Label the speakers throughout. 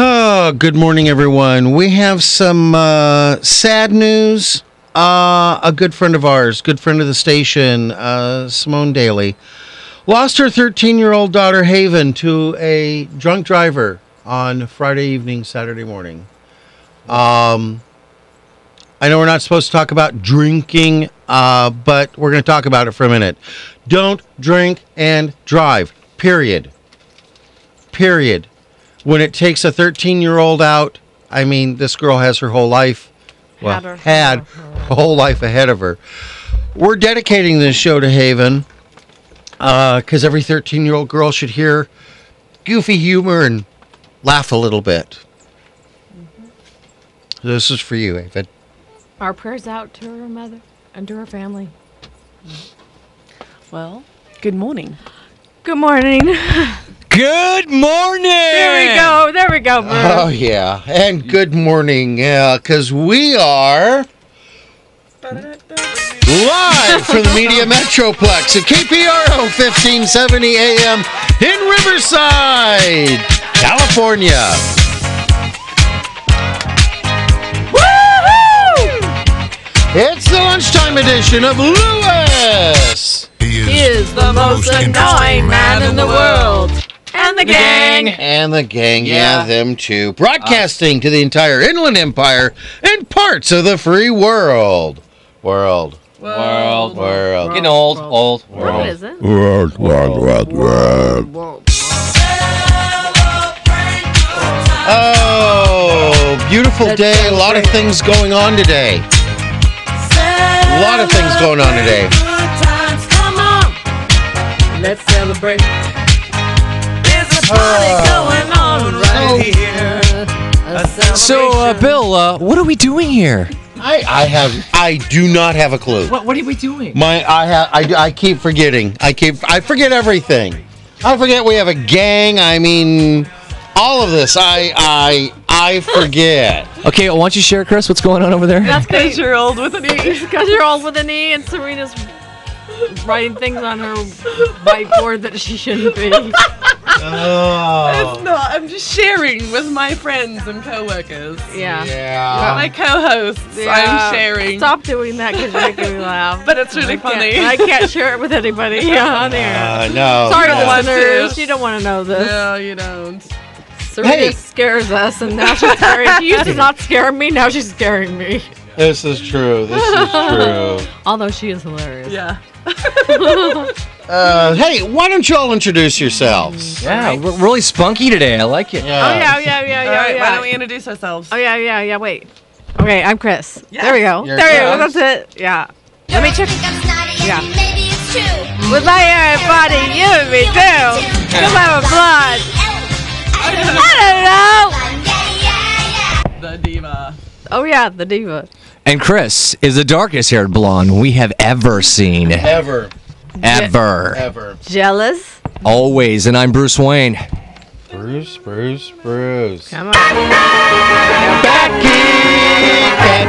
Speaker 1: Uh, good morning, everyone. We have some uh, sad news. Uh, a good friend of ours, good friend of the station, uh, Simone Daly, lost her 13 year old daughter Haven to a drunk driver on Friday evening, Saturday morning. Um, I know we're not supposed to talk about drinking, uh, but we're going to talk about it for a minute. Don't drink and drive, period. Period when it takes a 13 year old out, I mean, this girl has her whole life, well,
Speaker 2: Had her-
Speaker 1: had, her whole life ahead of her. We're dedicating this show to Haven because every 13 year old girl should hear goofy humor and laugh a little bit.
Speaker 2: Mm-hmm.
Speaker 1: This is for you, Haven.
Speaker 2: Our prayers out to her mother and to her family.
Speaker 3: Well, good morning.
Speaker 2: Good morning.
Speaker 4: Good morning.
Speaker 2: There we go. There we go, Bruce.
Speaker 1: Oh, yeah. And good morning, yeah, because we are. Live from the Media Metroplex at KPRO 1570 AM in Riverside, California. It's the lunchtime edition of Lewis
Speaker 5: He is,
Speaker 3: Is the most annoying man in the world.
Speaker 2: And the gang.
Speaker 1: and the gang. Yeah,
Speaker 4: Yeah.
Speaker 1: them too. Broadcasting to the entire Inland Empire and parts of the free world. World.
Speaker 4: World.
Speaker 1: World.
Speaker 4: Getting old, old,
Speaker 2: What
Speaker 4: world.
Speaker 2: is it?
Speaker 1: World. World. World. World. Oh, beautiful day. A lot of things going on today. A lot of things going on today.
Speaker 3: Let's celebrate.
Speaker 2: Uh.
Speaker 4: So, uh, Bill, uh, what are we doing here?
Speaker 1: I, I have I do not have a clue.
Speaker 3: What, what are we doing?
Speaker 1: My I have I, do- I keep forgetting. I keep I forget everything. I forget we have a gang. I mean, all of this. I I I forget.
Speaker 4: Okay, why don't you share, Chris, what's going on over there?
Speaker 2: That's because
Speaker 3: you're old with E. a knee.
Speaker 2: because you're all with a knee and Serena's writing things on her whiteboard that she shouldn't be.
Speaker 1: Oh.
Speaker 3: No, I'm just sharing with my friends and coworkers.
Speaker 2: Yeah.
Speaker 3: My
Speaker 1: Yeah.
Speaker 3: co-hosts,
Speaker 2: Yeah.
Speaker 3: I'm sharing.
Speaker 2: Stop doing that because you're making me laugh.
Speaker 3: But it's really funny.
Speaker 2: Yeah, I can't share it with anybody on air.
Speaker 1: Uh,
Speaker 3: Oh,
Speaker 1: no.
Speaker 2: Sorry,
Speaker 1: no.
Speaker 3: want
Speaker 2: listeners.
Speaker 3: to.
Speaker 2: You don't want to know this.
Speaker 3: no, you don't.
Speaker 2: Serena
Speaker 1: Hey.
Speaker 2: scares us, and now she's scaring. She used to not scare me. Now she's scaring me.
Speaker 1: This is true. This is true.
Speaker 2: Although she is hilarious.
Speaker 3: Yeah.
Speaker 1: Uh, hey, why don't you all introduce yourselves?
Speaker 4: Yeah, we're really spunky today. I like it.
Speaker 2: Oh yeah, yeah, yeah,
Speaker 3: All
Speaker 2: yeah.
Speaker 3: right,
Speaker 2: yeah.
Speaker 3: why don't we introduce ourselves?
Speaker 2: Oh yeah, yeah, yeah. Wait. Okay, I'm Chris. There we go.
Speaker 1: You're
Speaker 2: there we go.
Speaker 1: Chris.
Speaker 2: That's it. Yeah. Let me check Yeah.
Speaker 6: Yeah. Maybe it's true.
Speaker 2: with my everybody, you and me too. Cause I'm a blood. I don't know.
Speaker 3: The diva.
Speaker 2: Oh yeah, the diva.
Speaker 4: And Chris is the darkest haired blonde we have ever seen.
Speaker 1: Ever,
Speaker 4: Ever.
Speaker 1: ever.
Speaker 2: Jealous.
Speaker 4: Always. And I'm Bruce Wayne.
Speaker 1: Bruce, Bruce, Bruce.
Speaker 2: Come on.
Speaker 1: Becky, Becky.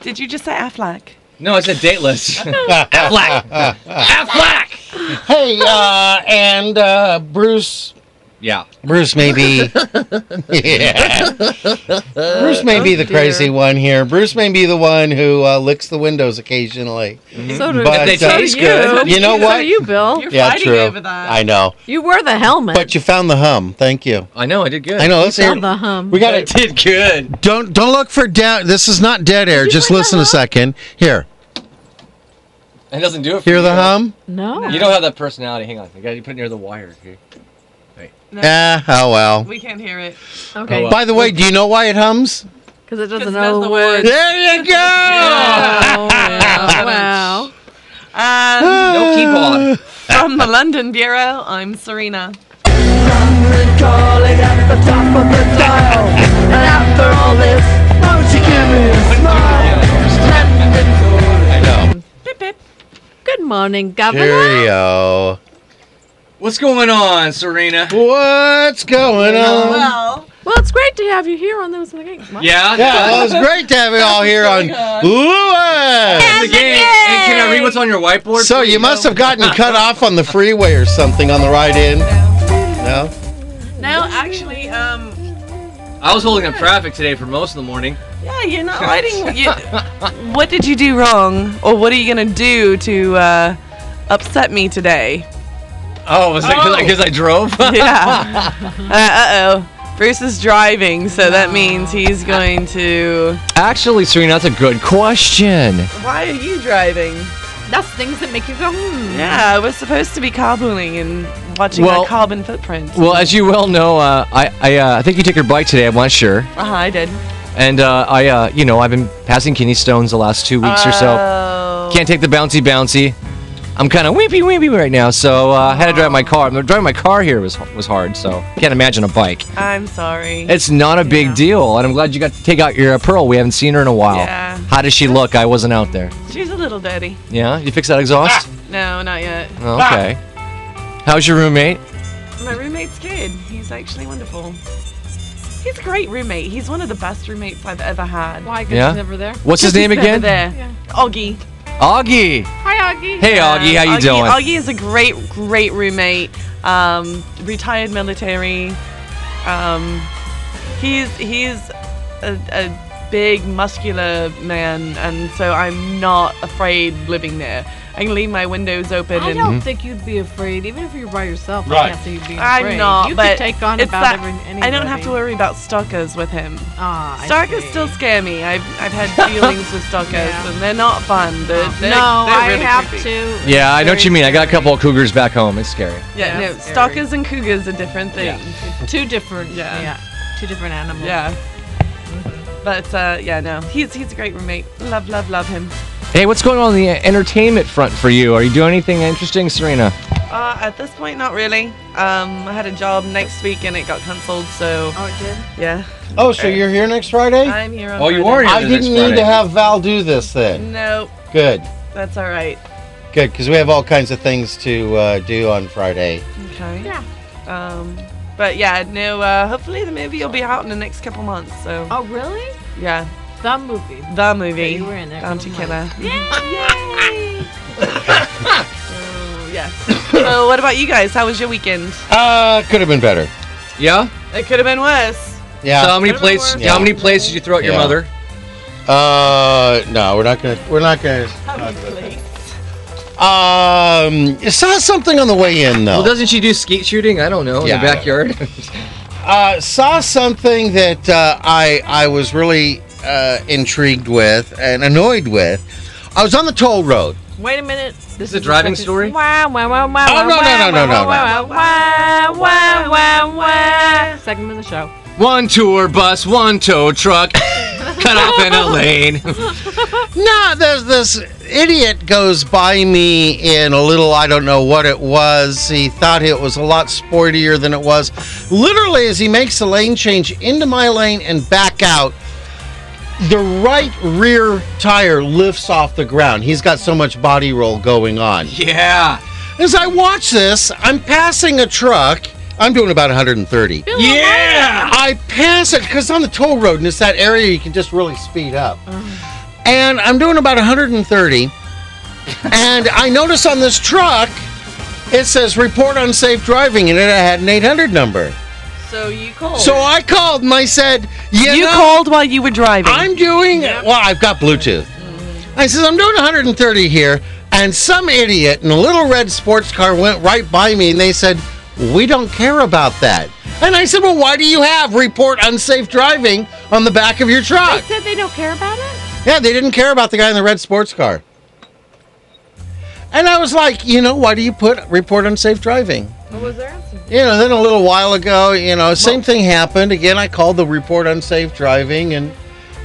Speaker 3: Did you just say Aflac?
Speaker 4: No, it's a dateless. Affleck. Affleck.
Speaker 1: Hey, uh, and uh, Bruce.
Speaker 4: Yeah.
Speaker 1: Bruce may be. yeah. Bruce may be the crazy one here. Bruce may be the one who uh, licks the windows occasionally.
Speaker 2: So do,
Speaker 1: But,
Speaker 4: They
Speaker 1: uh,
Speaker 4: taste
Speaker 2: you.
Speaker 4: good.
Speaker 1: You know
Speaker 2: so
Speaker 1: what?
Speaker 2: do you, Bill.
Speaker 3: You're
Speaker 1: yeah,
Speaker 3: fighting
Speaker 1: true.
Speaker 3: over that.
Speaker 1: I know.
Speaker 2: You were the helmet.
Speaker 1: But you found the hum. Thank you.
Speaker 4: I know, I did good.
Speaker 1: I know. Let's hear.
Speaker 2: Found the hum.
Speaker 1: We got
Speaker 4: I
Speaker 1: it.
Speaker 4: did good.
Speaker 1: Don't don't look for dead. This is not dead air. Just listen a second. Here,
Speaker 4: It doesn't do it for
Speaker 1: hear the
Speaker 4: you.
Speaker 1: hum.
Speaker 2: no.
Speaker 4: You don't have that personality. Hang on. You gotta put it near the wire. Okay?
Speaker 3: No,
Speaker 1: Ah, oh well.
Speaker 3: we can't hear it.
Speaker 2: Okay.
Speaker 4: Oh,
Speaker 1: By the way, do you know why it hums?
Speaker 2: Because it doesn't
Speaker 3: Because
Speaker 2: know
Speaker 3: the
Speaker 2: the
Speaker 3: word.
Speaker 2: word.
Speaker 1: There you go.
Speaker 2: Oh, wow. wow.
Speaker 3: And
Speaker 4: No keyboard.
Speaker 3: from the London Bureau, I'm Serena.
Speaker 1: I know.
Speaker 3: Bip, bip.
Speaker 2: Good morning, Governor.
Speaker 1: Cheerio.
Speaker 4: What's going on, Serena?
Speaker 1: What's going on?
Speaker 3: Oh, Well,
Speaker 2: Whoa, Well, it's great to have you here on those in the game. What?
Speaker 4: Yeah.
Speaker 1: Yeah, well, it was great to have you all here on
Speaker 3: God.
Speaker 1: Lewis.
Speaker 4: The game. And can I read what's on your whiteboard?
Speaker 1: So you must have gotten cut off on the freeway or something on the ride in. No?
Speaker 3: No, actually, um,
Speaker 4: I was holding up traffic today for most of the morning.
Speaker 3: yeah, you're not writing. You, what did you do wrong, or what are you gonna do to uh, upset me today?
Speaker 4: Oh, was that because I, drove?
Speaker 3: Yeah. uh oh. Bruce is driving, so that means he's going to.
Speaker 5: Actually, Serena, that's a good question.
Speaker 3: Why are you driving?
Speaker 2: That's things that make you go, hmm.
Speaker 3: Yeah, we're supposed to be carbooning and watching
Speaker 5: Well-
Speaker 3: our carbon footprints.
Speaker 5: Well, as you well know, uh, I I, uh, I think you took your bike today. I'm not sure,
Speaker 3: uh-huh, I did.
Speaker 5: and uh, I uh, you know I've been passing kidney stones the last two weeks or so.
Speaker 3: Oh.
Speaker 5: Can't take the bouncy bouncy. I'm kind of weepy weepy right now, so uh, I had to drive my car. Driving my car here was was hard, so can't imagine a bike.
Speaker 3: I'm sorry.
Speaker 5: It's not a big
Speaker 3: Yeah.
Speaker 5: deal, and I'm glad you got to take out your uh, pearl. We haven't seen her in a while.
Speaker 3: Yeah.
Speaker 5: How does she look? I wasn't out there.
Speaker 3: She's a little dirty.
Speaker 5: Yeah, you fix that
Speaker 4: Ah.
Speaker 5: exhaust.
Speaker 3: No, not yet.
Speaker 5: Oh, okay. How's your roommate?
Speaker 3: My roommate's good. He's actually wonderful. He's a great roommate. He's one of the best roommates I've ever had.
Speaker 2: Why? Because
Speaker 5: Yeah.
Speaker 2: she's never there.
Speaker 5: What's his
Speaker 3: He's
Speaker 5: name
Speaker 3: never
Speaker 5: again?
Speaker 3: There.
Speaker 2: Yeah.
Speaker 3: Augie. Uh,
Speaker 5: Augie.
Speaker 2: Hi, Augie.
Speaker 5: Hey, Augie, how you
Speaker 3: Augie,
Speaker 5: doing?
Speaker 3: Augie is a great, great roommate. Um, retired military. Um, he's he's a, a big muscular man, and so I'm not afraid living there. I can leave my windows open
Speaker 2: I
Speaker 3: and
Speaker 5: Mm-hmm.
Speaker 2: don't think you'd be afraid, even if you're by yourself. I
Speaker 4: Right.
Speaker 2: can't see you being
Speaker 3: I'm
Speaker 2: afraid.
Speaker 3: not,
Speaker 2: You
Speaker 3: but
Speaker 2: could take on
Speaker 3: it's
Speaker 2: about
Speaker 3: that-
Speaker 2: every.
Speaker 3: I don't have to
Speaker 2: anybody.
Speaker 3: worry about stalkers with him.
Speaker 2: Ah, I
Speaker 3: Stalkers
Speaker 2: see.
Speaker 3: still scare me. I've, I've had feelings with stalkers,
Speaker 2: Yeah.
Speaker 3: and they're not fun. They're,
Speaker 2: No,
Speaker 3: they're, they're
Speaker 2: I
Speaker 3: really
Speaker 2: have
Speaker 3: creepy.
Speaker 2: to.
Speaker 5: Yeah, I know
Speaker 2: Very
Speaker 5: what you mean. I got a
Speaker 2: scary.
Speaker 5: couple of cougars back home. It's scary.
Speaker 2: Yeah,
Speaker 3: Yeah, no,
Speaker 2: scary.
Speaker 3: stalkers and cougars are different
Speaker 4: Yeah.
Speaker 3: things.
Speaker 2: Two different.
Speaker 3: Yeah.
Speaker 2: Yeah. Two different animals.
Speaker 3: Yeah. But uh, yeah, no, he's he's a great roommate. Love, love, love him.
Speaker 5: Hey, what's going on in the entertainment front for you? Are you doing anything interesting, Serena?
Speaker 3: Uh, at this point, not really. Um, I had a job next week and it got cancelled, so
Speaker 2: Oh, it did.
Speaker 3: yeah,
Speaker 1: Oh, so you're here next Friday?
Speaker 3: I'm here on.
Speaker 4: Oh, you
Speaker 3: Friday.
Speaker 4: are?
Speaker 1: I didn't need to have Val do this then.
Speaker 3: No,
Speaker 1: Good,
Speaker 3: that's all right.
Speaker 1: good, because we have all kinds of things to uh, do on Friday.
Speaker 3: Okay.
Speaker 2: Yeah.
Speaker 3: Um, but yeah, no. Uh, hopefully, the movie will be out in the next couple months. So
Speaker 2: Oh, really?
Speaker 3: yeah,
Speaker 2: The movie.
Speaker 3: the
Speaker 2: that
Speaker 3: movie.
Speaker 2: you were in there.
Speaker 3: Bounty
Speaker 2: Oh my-
Speaker 3: Killer.
Speaker 2: Yay!
Speaker 3: Oh, yes. so what about you guys? How was your weekend?
Speaker 1: Uh, could have been better.
Speaker 5: Yeah.
Speaker 3: It could have been worse.
Speaker 1: Yeah.
Speaker 5: So how many
Speaker 3: Could've been
Speaker 5: plates?
Speaker 1: worse.
Speaker 5: How many plates did you throw at your
Speaker 1: Yeah.
Speaker 5: mother?
Speaker 1: Uh, no, we're not gonna. We're not gonna. Um, I saw something on the way in though.
Speaker 5: Well, doesn't she do skeet shooting? I don't know
Speaker 1: Yeah,
Speaker 5: in the backyard.
Speaker 1: uh, saw something that uh, I I was really uh, intrigued with and annoyed with. I was on the toll road.
Speaker 2: Wait a minute. This
Speaker 4: a driving story?
Speaker 2: Wow, wow, wow, wow,
Speaker 1: Oh, no,
Speaker 2: wow,
Speaker 1: no, no,
Speaker 2: wow,
Speaker 1: no,
Speaker 2: wow,
Speaker 1: no,
Speaker 2: wow, wow, wow, wow, wow. Segment of the show.
Speaker 5: one tour bus, one tow truck, cut off in a lane.
Speaker 1: No, there's this idiot goes by me in a little, I don't know what it was. He thought it was a lot sportier than it was. Literally, as he makes the lane change into my lane and back out, the right rear tire lifts off the ground. He's got so much body roll going on.
Speaker 4: Yeah.
Speaker 1: As I watch this, I'm passing a truck. I'm doing about 130.
Speaker 4: Yeah.
Speaker 1: I pass it because on the toll road and it's that area you can just really speed up. And I'm doing about 130, and I notice on this truck it says report unsafe driving, and it had an 800 number.
Speaker 3: So you called.
Speaker 1: So I called and I said, "You,
Speaker 3: you
Speaker 1: know,
Speaker 3: called while you were driving.
Speaker 1: I'm doing well. I've got Bluetooth." I says, "I'm doing 130 here," and some idiot in a little red sports car went right by me, and they said, "We don't care about that." And I said, "Well, why do you have report unsafe driving on the back of your
Speaker 2: They
Speaker 1: truck?"
Speaker 2: said they don't care about it.
Speaker 1: Yeah, they didn't care about the guy in the red sports car. And I was like, you know, why do you put report unsafe driving?
Speaker 2: What was their answer?
Speaker 1: You know, then a little while ago, you know, same thing happened. Again, I called the report unsafe driving, and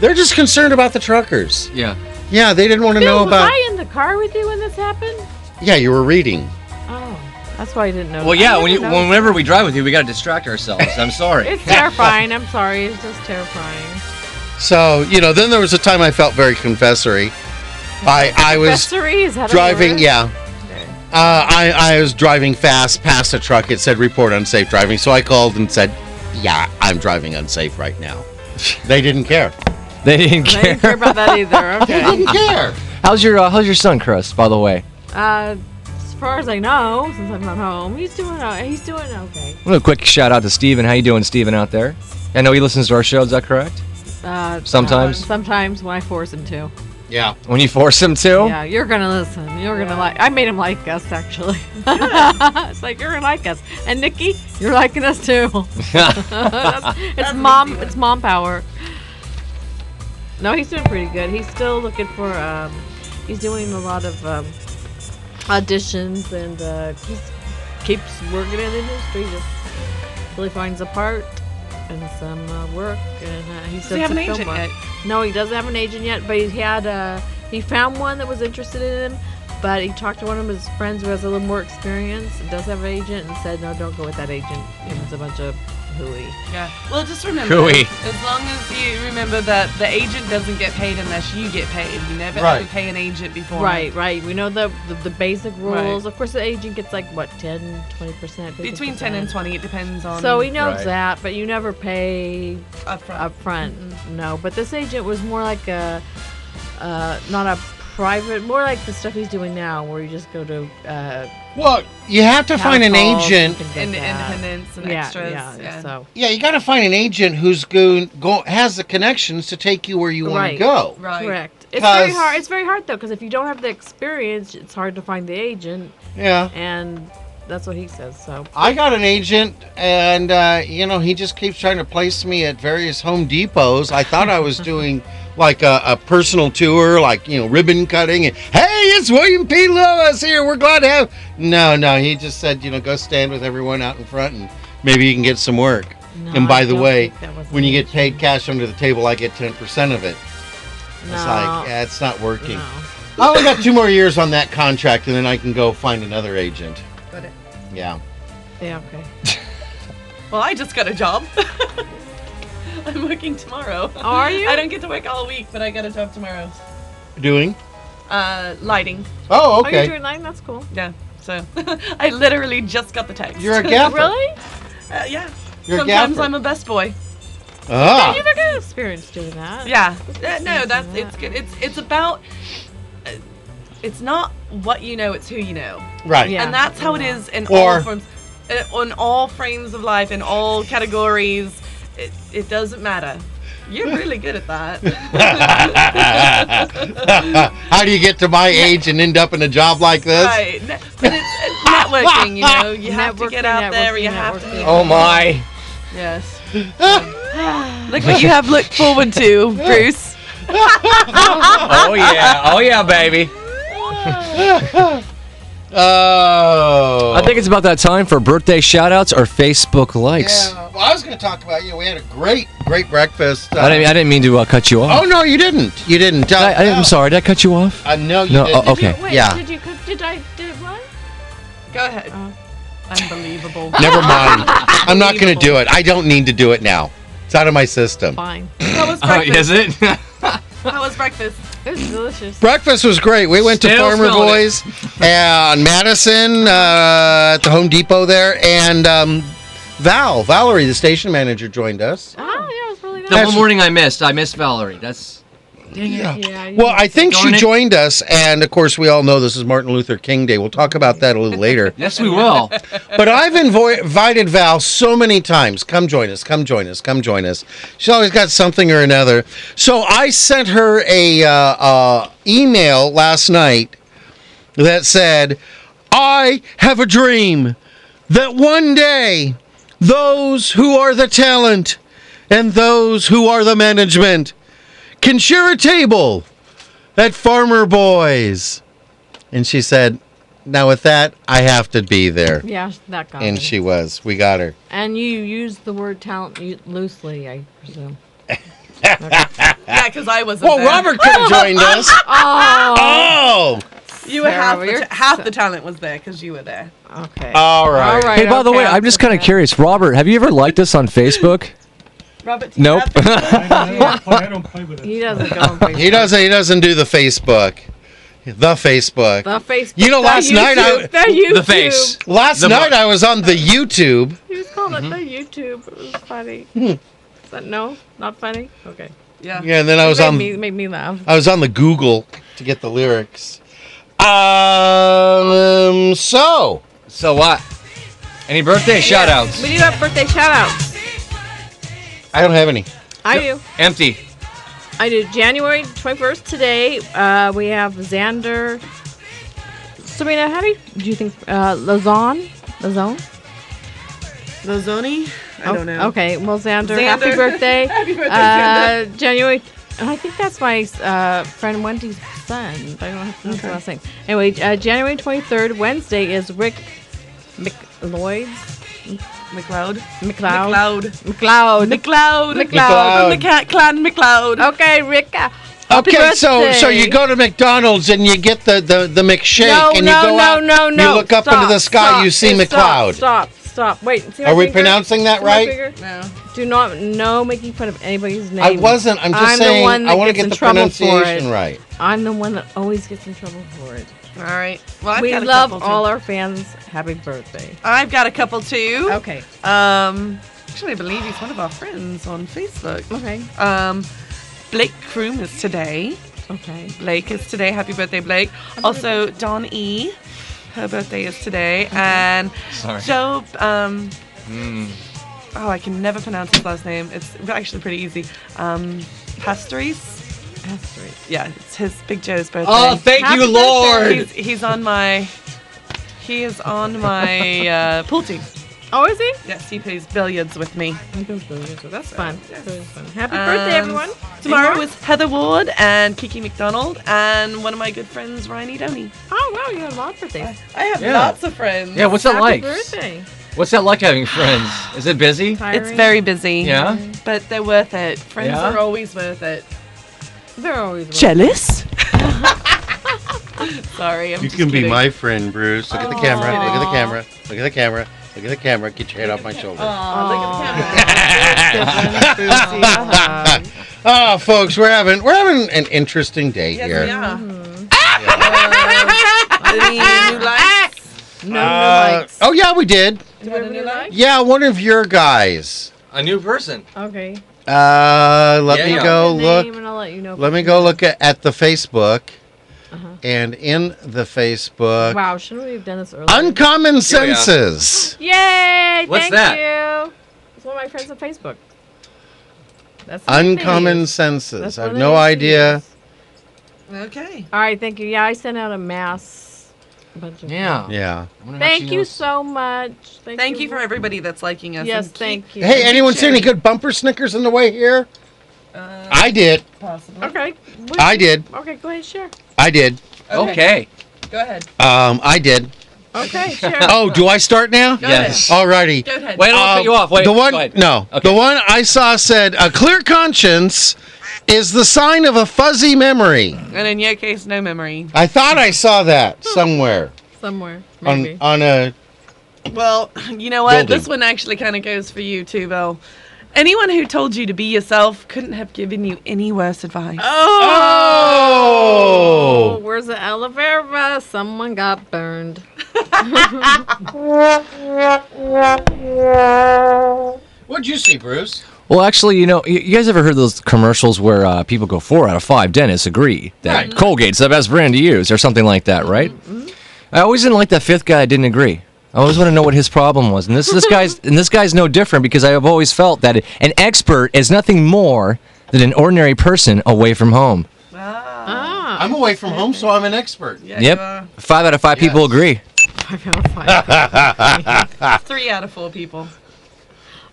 Speaker 1: they're just concerned about the truckers.
Speaker 5: Yeah.
Speaker 1: Yeah, they didn't want to
Speaker 2: Bill,
Speaker 1: know
Speaker 2: was
Speaker 1: about.
Speaker 2: I in the car with you when this happened?
Speaker 1: Yeah, you were reading.
Speaker 2: Oh, that's why I didn't know.
Speaker 4: Well,
Speaker 2: I
Speaker 4: yeah.
Speaker 2: never
Speaker 4: When you,
Speaker 2: noticed.
Speaker 4: whenever we drive with you, we gotta distract ourselves. I'm sorry.
Speaker 2: It's terrifying. I'm sorry. It's just terrifying.
Speaker 1: So, you know, then there was a time I felt very confessory. I, I was
Speaker 2: Accessory? Is that a
Speaker 1: driving,
Speaker 2: word?
Speaker 1: yeah. Uh, I, I was driving fast past a truck. It said report unsafe driving. So I called and said, yeah, I
Speaker 6: I'm driving unsafe right now.
Speaker 1: They didn't care.
Speaker 5: They didn't
Speaker 2: I didn't care
Speaker 5: care.
Speaker 2: about that either.
Speaker 1: They
Speaker 2: Okay.
Speaker 1: didn't care.
Speaker 5: How's your uh, How's your son, Chris? By the way,
Speaker 2: Uh, as far as I know, since I'm not home, he's doing. o- He's doing okay.
Speaker 5: I'm gonna quick shout out to Steven. How you doing, Steven, out there? I know he listens to our show. Is that correct?
Speaker 2: Uh,
Speaker 5: Sometimes.
Speaker 2: uh, sometimes when I force him to.
Speaker 6: Yeah.
Speaker 5: When you force him to?
Speaker 2: Yeah, you're gonna listen. You're gonna like. I made him like us actually. it's like you're gonna like us, and Nikki, you're liking us too. That's- it's mom. It's mom power. No, he's doing pretty good. He's still looking for. Um, he's doing a lot of um, auditions, and uh, he keeps working in the industry. Just till he finds a part and some uh, work, and uh, he's
Speaker 3: Does he have an agent yet?
Speaker 2: no, he doesn't have an agent yet, but he had uh he found one that was interested in him, but he talked to one of his friends who has a little more experience and does have an agent and said, no, don't go with that agent. It was a bunch of hooey.
Speaker 3: Yeah. Well, just remember,
Speaker 5: Cooey.
Speaker 3: as long as you remember that the agent doesn't get paid unless you get paid. You never
Speaker 1: Right.
Speaker 3: ever pay an agent before.
Speaker 2: Right, right. We know the the, the basic
Speaker 3: Right.
Speaker 2: rules. Of course, the agent gets like what 10, 20 percent
Speaker 3: Between 10 and 20, it depends on.
Speaker 2: So he knows
Speaker 5: Right.
Speaker 2: that, but you never pay
Speaker 3: upfront.
Speaker 2: up front.
Speaker 3: Mm-hmm.
Speaker 2: No, but this agent was more like a, uh, not a private, more like the stuff he's doing now, where you just go to. Uh,
Speaker 1: Well, you have to find an
Speaker 2: town halls
Speaker 1: agent.
Speaker 2: things like
Speaker 3: and the
Speaker 2: that.
Speaker 3: independence and
Speaker 2: yeah,
Speaker 3: extras.
Speaker 2: Yeah, So
Speaker 1: Yeah, you got to find an agent who's going go has the connections to take you where you want to
Speaker 2: Right.
Speaker 1: go.
Speaker 3: Right.
Speaker 2: correct. It's very
Speaker 1: 'Cause-
Speaker 2: hard. It's very hard though, because if you don't have the experience, it's hard to find the agent,
Speaker 1: Yeah.
Speaker 2: and that's what he says. So
Speaker 1: I got an agent, and uh, you know he just keeps trying to place me at various Home Depots. I thought I was doing like a, a personal tour, like you know ribbon cutting. And, hey, it's William P. Lewis here. We're glad to have. No, no, he just said you know go stand with everyone out in front, and maybe you can get some work.
Speaker 2: no,
Speaker 1: and
Speaker 2: I
Speaker 1: by the
Speaker 2: don't
Speaker 1: way,
Speaker 2: think that was
Speaker 1: when
Speaker 2: the
Speaker 1: you get
Speaker 2: agent.
Speaker 1: paid cash under the table, I get ten percent of it.
Speaker 2: no,
Speaker 1: It's like yeah, it's not working.
Speaker 2: no.
Speaker 1: I only got two more years on that contract, and then I can go find another agent.
Speaker 3: Got it.
Speaker 1: Yeah.
Speaker 2: yeah, okay.
Speaker 3: Well, I just got a job. I'm working tomorrow.
Speaker 2: Oh, are you?
Speaker 3: I don't get to work all week, but I got a job tomorrow.
Speaker 1: Doing?
Speaker 3: Uh, lighting.
Speaker 1: Oh,
Speaker 2: Oh, you're
Speaker 1: okay.
Speaker 2: doing nine. That's cool.
Speaker 3: Yeah. So I literally just got the text.
Speaker 1: You're a gaffer.
Speaker 2: Really?
Speaker 3: Uh, yeah.
Speaker 1: You're a
Speaker 3: Sometimes
Speaker 1: gaffer.
Speaker 3: I'm a best boy.
Speaker 1: Ah.
Speaker 2: You've got experience doing that.
Speaker 3: Yeah. Uh, no,
Speaker 2: Something
Speaker 3: that's
Speaker 2: like
Speaker 3: it's
Speaker 2: that.
Speaker 3: good. It's it's about. uh, It's not what you know; it's who you know,
Speaker 1: Right.
Speaker 2: Yeah.
Speaker 3: and that's how it
Speaker 2: yeah.
Speaker 3: is in
Speaker 1: Or-
Speaker 3: all forms, uh, on all frames of life, in all categories. It, it doesn't matter. You're really good at that.
Speaker 1: How do you get to my age and end up in a job like this?
Speaker 3: right, Ne- but it's it's networking. You know, you have to get
Speaker 2: Networking,
Speaker 3: out there. You
Speaker 2: networking,
Speaker 3: have to. Be,
Speaker 2: networking.
Speaker 5: Oh my.
Speaker 3: Yes. Look what you have looked forward to, Bruce.
Speaker 5: Oh yeah. Oh yeah, baby.
Speaker 1: Oh.
Speaker 5: I think it's about that time for birthday shout outs or Facebook likes.
Speaker 1: Yeah. Well, I was going to talk about you. know, we had a great, great breakfast. uh,
Speaker 5: I didn't, I didn't mean to uh, cut you off.
Speaker 1: oh no, you didn't. You didn't. Uh,
Speaker 5: I, I,
Speaker 1: no.
Speaker 5: I'm sorry, did I cut you off?
Speaker 1: Uh, no, you
Speaker 5: No,
Speaker 1: didn't.
Speaker 5: oh, okay.
Speaker 2: Did you, wait,
Speaker 1: Yeah.
Speaker 2: Did you cook? Did I? Did what?
Speaker 3: Go ahead.
Speaker 2: Oh.
Speaker 3: Unbelievable.
Speaker 1: Never mind. I'm not going to do it. I don't need to do it now. It's out of my system.
Speaker 2: Fine.
Speaker 3: How was
Speaker 5: Oh,
Speaker 3: breakfast?
Speaker 5: it?
Speaker 3: How was breakfast?
Speaker 2: It was delicious.
Speaker 1: Breakfast was great. We went to
Speaker 5: Still
Speaker 1: Farmer
Speaker 5: smelling it.
Speaker 1: Boys and Madison uh, at the Home Depot there, and um, Val, Valerie, the station manager, joined us.
Speaker 2: Oh, yeah, it was really nice.
Speaker 5: the one morning I missed. I missed Valerie. That's.
Speaker 2: Yeah, you
Speaker 1: Well,
Speaker 2: need
Speaker 1: I
Speaker 2: to-
Speaker 1: think she
Speaker 5: Darn it.
Speaker 1: joined us, and of course, we all know this is Martin Luther King Day. We'll talk about that a little later.
Speaker 5: Yes, we will.
Speaker 1: But I've invo- invited Val so many times. Come join us. Come join us. Come join us. She's always got something or another. So I sent her a uh, uh, email last night that said, "I have a dream that one day those who are the talent and those who are the management can share a table at Farmer Boys." And she said, "Now with that, I have to be there."
Speaker 2: Yeah, that guy.
Speaker 1: And she was. We got her.
Speaker 2: And you use the word talent u- loosely, I presume.
Speaker 3: Yeah, because I wasn't
Speaker 1: Well,
Speaker 3: there.
Speaker 1: Robert could have joined us.
Speaker 2: Oh.
Speaker 1: Oh,
Speaker 3: You were half, the,
Speaker 2: Sarah,
Speaker 3: ta- half the talent was there because you were there.
Speaker 2: Okay.
Speaker 1: Oh, all right.
Speaker 2: All right.
Speaker 5: hey, by the
Speaker 2: okay,
Speaker 5: way,
Speaker 2: I'll
Speaker 5: I'm just
Speaker 2: put
Speaker 5: kind of
Speaker 2: that.
Speaker 5: curious. Robert, have you ever liked us on Facebook?
Speaker 3: Robert, do you
Speaker 5: Nope.
Speaker 3: have the-
Speaker 7: I don't play, I don't play with it.
Speaker 2: He doesn't go on Facebook.
Speaker 1: He doesn't. He doesn't do the Facebook. The Facebook.
Speaker 2: The Facebook.
Speaker 1: You know,
Speaker 2: the
Speaker 1: last night I-
Speaker 2: YouTube, the YouTube.
Speaker 5: face.
Speaker 1: Last night I was on the YouTube,
Speaker 2: He was on
Speaker 1: Mm-hmm.
Speaker 2: it on YouTube. It was funny.
Speaker 1: Hmm.
Speaker 2: Is that no? Not funny? Okay.
Speaker 3: Yeah.
Speaker 1: Yeah, and then I was um,
Speaker 2: made
Speaker 1: on
Speaker 2: me, made me laugh.
Speaker 1: I was on the Google to get the lyrics. Um, so
Speaker 5: So what? Any birthday shout outs?
Speaker 2: We need a birthday shout out.
Speaker 1: I don't have any.
Speaker 2: I do.
Speaker 5: Empty.
Speaker 2: I do. January 21st today, uh, we have Xander. Serena, how do you, do you think? Uh, Lazon? Lazone?
Speaker 3: Lozoni?
Speaker 2: Oh,
Speaker 3: I don't know.
Speaker 2: Okay, well, Xander, happy
Speaker 3: Xander.
Speaker 2: birthday.
Speaker 3: Happy birthday,
Speaker 2: uh, January. I think that's my uh, friend Wendy's son. but I don't have to know the last name. Anyway, uh, January 23rd, Wednesday, is Rick McLeod's.
Speaker 3: McLeod.
Speaker 2: McLeod.
Speaker 3: McLeod.
Speaker 2: McLeod.
Speaker 3: McLeod. Oh.
Speaker 1: McLeod.
Speaker 3: From the cat clan McLeod.
Speaker 2: Okay, Rick. uh, happy
Speaker 1: Okay, so so
Speaker 2: birthday.
Speaker 1: you go to McDonald's and you get the the the McShake
Speaker 2: no,
Speaker 1: and you
Speaker 2: no,
Speaker 1: go
Speaker 2: no,
Speaker 1: out,
Speaker 2: no, no.
Speaker 1: you look up into the sky,
Speaker 2: stop,
Speaker 1: you see
Speaker 2: Hey,
Speaker 1: McLeod.
Speaker 2: Stop, stop, stop. Wait, see my
Speaker 1: Are we
Speaker 2: finger?
Speaker 1: pronouncing that
Speaker 2: See my
Speaker 1: right?
Speaker 2: finger?
Speaker 3: No.
Speaker 2: Do not, no making fun of anybody's name.
Speaker 1: I wasn't. I'm just
Speaker 2: I'm the
Speaker 1: saying.
Speaker 2: one that
Speaker 1: I want to
Speaker 2: gets in
Speaker 1: get the
Speaker 2: trouble for it.
Speaker 1: pronunciation right.
Speaker 2: I'm the one that always gets in trouble for it.
Speaker 3: All right. Well, I've
Speaker 2: we
Speaker 3: got a
Speaker 2: love
Speaker 3: couple
Speaker 2: all
Speaker 3: too.
Speaker 2: our fans. Happy birthday.
Speaker 3: I've got a couple too.
Speaker 2: Okay.
Speaker 3: Um, actually, I believe he's one of our friends on Facebook.
Speaker 2: Okay.
Speaker 3: Um, Blake Croom is today.
Speaker 2: Okay.
Speaker 3: Blake is today. Happy birthday, Mm-hmm. Blake. also, Don E. Her birthday is today. And
Speaker 5: Sorry. Mm.
Speaker 3: Joe. Um, Oh, I can never pronounce his last name. It's actually pretty easy. Um, Pastoris.
Speaker 2: Asterisk.
Speaker 3: Yeah, it's his Big Joe's birthday.
Speaker 5: Oh, thank
Speaker 2: Happy
Speaker 5: you,
Speaker 2: birthday.
Speaker 5: Lord.
Speaker 3: he's, he's on my. He is on my uh, pool team.
Speaker 2: Oh, is he?
Speaker 3: Yes, he plays billiards with me.
Speaker 2: That's fun. That's fun. Happy
Speaker 3: Um,
Speaker 2: birthday, everyone.
Speaker 3: Tomorrow
Speaker 2: Anyone?
Speaker 3: is Heather Ward and Kiki McDonald and one of my good friends, Ryan Doney.
Speaker 2: Oh, wow. You had a lot of birthdays.
Speaker 3: I have
Speaker 5: Yeah.
Speaker 3: lots of friends.
Speaker 5: Yeah, what's that
Speaker 2: Happy
Speaker 5: like?
Speaker 2: birthday.
Speaker 5: What's that like having friends? Is it busy?
Speaker 2: Tiring.
Speaker 3: It's very busy.
Speaker 5: Yeah.
Speaker 3: But they're worth it. Friends
Speaker 5: Yeah?
Speaker 3: are always worth it.
Speaker 2: They're always.
Speaker 3: Jealous? Sorry, I'm
Speaker 1: You
Speaker 3: just
Speaker 1: can be
Speaker 3: kidding.
Speaker 1: my friend, Bruce. Look at
Speaker 2: Oh,
Speaker 1: the camera. Look at the camera. Look at the camera. Look at the camera. Get your head off my shoulder.
Speaker 2: Oh.
Speaker 3: Aw, look at the camera.
Speaker 2: Uh,
Speaker 1: Oh, folks, we're having we're having an interesting day
Speaker 3: Yes,
Speaker 1: here.
Speaker 3: we are. Uh, any new lights?
Speaker 2: no,
Speaker 1: Uh, oh yeah, we did.
Speaker 2: no likes.
Speaker 1: Yeah, one of your guys.
Speaker 5: A new person.
Speaker 2: Okay.
Speaker 1: Uh, let me
Speaker 5: Yeah.
Speaker 1: go
Speaker 2: Name,
Speaker 1: look.
Speaker 2: and I'll let you know.
Speaker 1: Let me go look at, at the Facebook,
Speaker 2: Uh-huh.
Speaker 1: and in the Facebook,
Speaker 2: Wow, shouldn't we have done this earlier?
Speaker 1: uncommon
Speaker 5: Here we are.
Speaker 1: senses.
Speaker 2: Yay!
Speaker 5: What's
Speaker 2: thank you. It's one of my friends on Facebook. That's the name they
Speaker 1: Uncommon
Speaker 2: use. That's
Speaker 1: senses. I have
Speaker 2: one of
Speaker 1: no
Speaker 2: the names they
Speaker 1: idea.
Speaker 2: use.
Speaker 3: Okay.
Speaker 2: All right, thank you. Yeah, I sent out a mass. Bunch of
Speaker 5: Yeah.
Speaker 1: Yeah.
Speaker 5: I wonder how she
Speaker 2: Thank you
Speaker 5: knows.
Speaker 2: so much. Thank,
Speaker 3: Thank you for everybody that's liking us.
Speaker 2: Yes,
Speaker 3: and keep-
Speaker 2: thank you.
Speaker 1: Hey, anyone see any good bumper Snickers on the way here?
Speaker 3: Uh,
Speaker 1: I did.
Speaker 3: possibly.
Speaker 2: Okay. what-
Speaker 1: I did.
Speaker 2: Okay, go ahead, share.
Speaker 1: I did.
Speaker 5: Okay.
Speaker 3: Go ahead.
Speaker 1: Um, I did.
Speaker 2: Okay, share.
Speaker 1: Oh, do I start now?
Speaker 3: Go ahead.
Speaker 5: Yes.
Speaker 1: Alrighty.
Speaker 3: Go ahead.
Speaker 5: Wait, I don't want to
Speaker 1: Um,
Speaker 5: cut you off. Wait.
Speaker 1: the one,
Speaker 5: go ahead.
Speaker 1: no,
Speaker 5: Okay.
Speaker 1: the one I saw said a clear conscience is the sign of a fuzzy memory.
Speaker 3: And in your case, no memory.
Speaker 1: I thought I saw that somewhere
Speaker 2: Somewhere,
Speaker 1: on
Speaker 2: Hmm. maybe.
Speaker 1: on a.
Speaker 3: Well, you know what?
Speaker 1: Building.
Speaker 3: This one actually kind of goes for you too, Bill. Anyone who told you to be yourself couldn't have given you any worse advice.
Speaker 2: Oh,
Speaker 1: Oh,
Speaker 2: where's the aloe vera? Someone got burned.
Speaker 1: what'd you see, Bruce?
Speaker 5: Well, actually, you know, you you guys ever heard those commercials where uh, people go four out of five dentists agree that
Speaker 1: Right.
Speaker 5: Colgate's the best brand to use or something like that, right?
Speaker 3: Mm-hmm.
Speaker 5: I always didn't like that fifth guy didn't agree. I always want to know what his problem was, and this this guy's and this guy's no different because I have always felt that an expert is nothing more than an ordinary person away from home.
Speaker 2: Ah,
Speaker 1: I'm away from home, so I'm an expert.
Speaker 3: Yeah,
Speaker 5: yep,
Speaker 3: you are.
Speaker 5: five out of five people
Speaker 1: Yes.
Speaker 5: agree.
Speaker 2: five out of five.
Speaker 3: Three out of four people.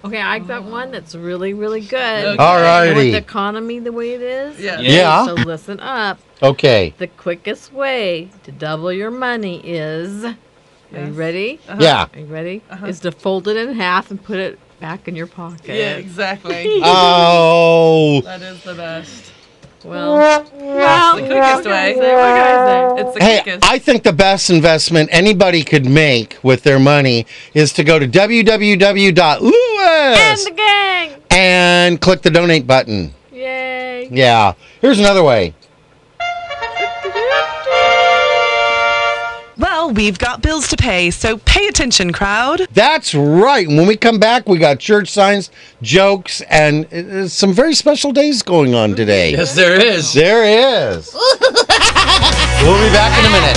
Speaker 2: Okay, I got one that's really, really good.
Speaker 3: Okay.
Speaker 2: And With the
Speaker 1: Alrighty.
Speaker 2: economy the way it is.
Speaker 3: Yeah.
Speaker 1: Yeah.
Speaker 2: So listen up.
Speaker 1: Okay.
Speaker 2: The quickest way to double your money is. Are you
Speaker 3: Yes. Uh-huh.
Speaker 2: ready?
Speaker 1: Yeah.
Speaker 2: Are you ready? Is to fold it in half and put it back in your pocket.
Speaker 3: Yeah, exactly.
Speaker 1: Uh, Oh.
Speaker 3: that is the best.
Speaker 2: Well, well
Speaker 3: The quickest
Speaker 2: what can I
Speaker 3: way.
Speaker 2: say? What can I say?
Speaker 3: It's the
Speaker 1: Hey,
Speaker 3: quickest.
Speaker 1: I think the best investment anybody could make with their money is to go to
Speaker 2: And
Speaker 1: www.lewis
Speaker 2: the gang!
Speaker 1: and click the donate button.
Speaker 2: Yay!
Speaker 1: Yeah. Here's another way.
Speaker 3: well, we've got bills to pay, so pay attention, crowd.
Speaker 1: That's right. When we come back, we got church signs, jokes, and uh, some very special days going on today.
Speaker 4: Yes, there is.
Speaker 1: There is. we'll be back in a minute.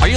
Speaker 5: Are you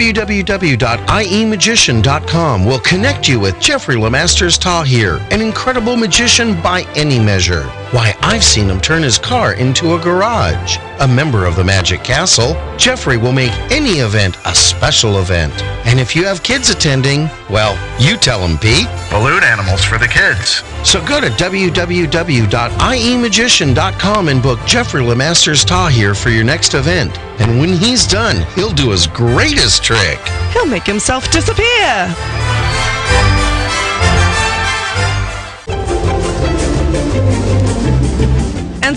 Speaker 1: E www.iemagician.com will connect you with Jeffrey Lemasters Tahir, an incredible magician by any measure. Why, I've seen him turn his car into a garage. A member of the Magic Castle, Jeffrey will make any event a special event. And if you have kids attending, well, you tell them, Pete.
Speaker 8: Balloon animals for the kids.
Speaker 1: So go to E www.iemagician.com and book Jeffrey Lemasters Tahir for your next event. And when he's done, he'll do his greatest trick.
Speaker 3: He'll make himself disappear. And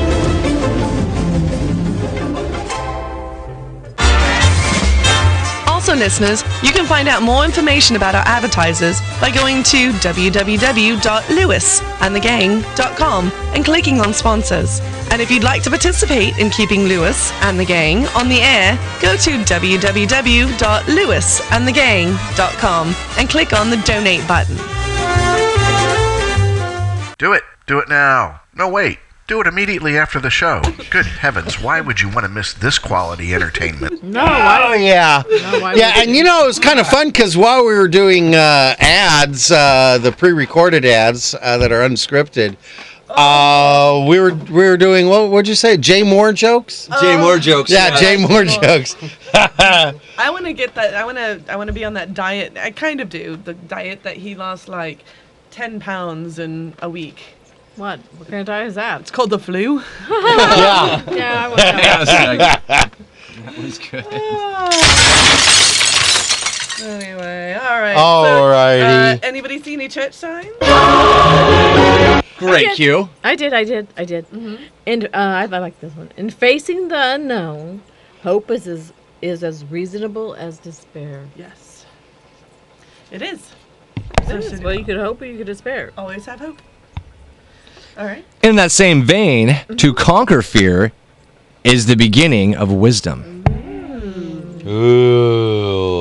Speaker 3: Also, listeners, you can find out more information about our advertisers by going to www.lewisandthegang.com and clicking on sponsors. And if you'd like to participate in keeping Lewis and the Gang on the air, go to www.lewisandthegang.com and click on the donate button.
Speaker 8: Do it. Do it now. No, wait. Do it immediately after the show. Good heavens, why would you want to miss this quality entertainment?
Speaker 1: Oh yeah, yeah, and you know it was kind of fun because while we were doing uh, ads, uh, the pre-recorded ads uh, that are unscripted, uh, we were we were doing what would you say, Jay Moore jokes?
Speaker 4: Jay Moore jokes.
Speaker 1: Oh, yeah, Oh. Jay Moore jokes.
Speaker 3: I want to get that. I want to. I want to be on that diet. I kind of do the diet that he lost like ten pounds in a week.
Speaker 2: What? What kind of diet is that?
Speaker 3: It's called the flu.
Speaker 1: yeah,
Speaker 2: Yeah, I would have.
Speaker 4: Yeah, that was good.
Speaker 3: Anyway, all right.
Speaker 1: Alrighty.
Speaker 3: So, uh, anybody see any church signs?
Speaker 4: Great cue.
Speaker 2: I did, I did, I did. And uh, I, I like this one. In facing the unknown, hope is as, is as reasonable as despair.
Speaker 3: Yes. It is.
Speaker 2: It
Speaker 3: So
Speaker 2: is.
Speaker 3: should
Speaker 2: Well,
Speaker 3: you
Speaker 2: you could hope or you could despair.
Speaker 3: always have hope. All right.
Speaker 5: In that same vein, to conquer fear is the beginning of wisdom.
Speaker 1: uh, Ooh.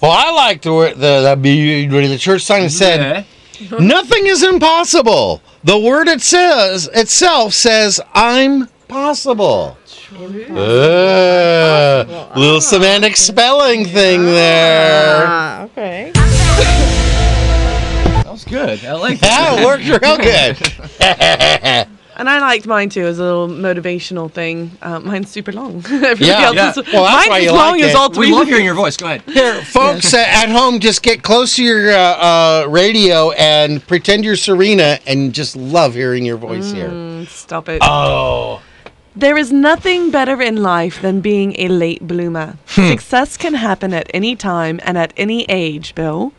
Speaker 1: Well, I liked the word- the the, the, the church sign that said. Nothing is impossible. The word it says itself says I'm possible. Uh, little semantic spelling thing there.
Speaker 2: Ah, okay.
Speaker 4: That was good. I like that.
Speaker 1: Yeah, it worked real good.
Speaker 3: And I liked mine too as a little motivational thing. Uh, mine's super long. Everybody
Speaker 1: Yeah.
Speaker 3: else
Speaker 4: Yeah.
Speaker 3: is,
Speaker 1: Well, that's
Speaker 3: mine's
Speaker 1: why you
Speaker 3: as long
Speaker 1: like
Speaker 3: as
Speaker 1: it.
Speaker 3: all
Speaker 4: We
Speaker 3: three.
Speaker 4: love hearing your voice. Go ahead.
Speaker 1: Here, folks uh, at home, just get close to your uh, uh, radio and pretend you're Serena and just love hearing your voice here.
Speaker 3: Stop it. Oh. There is nothing better in life than being a late bloomer.
Speaker 1: Hmm.
Speaker 3: Success can happen at any time and at any age, Bill.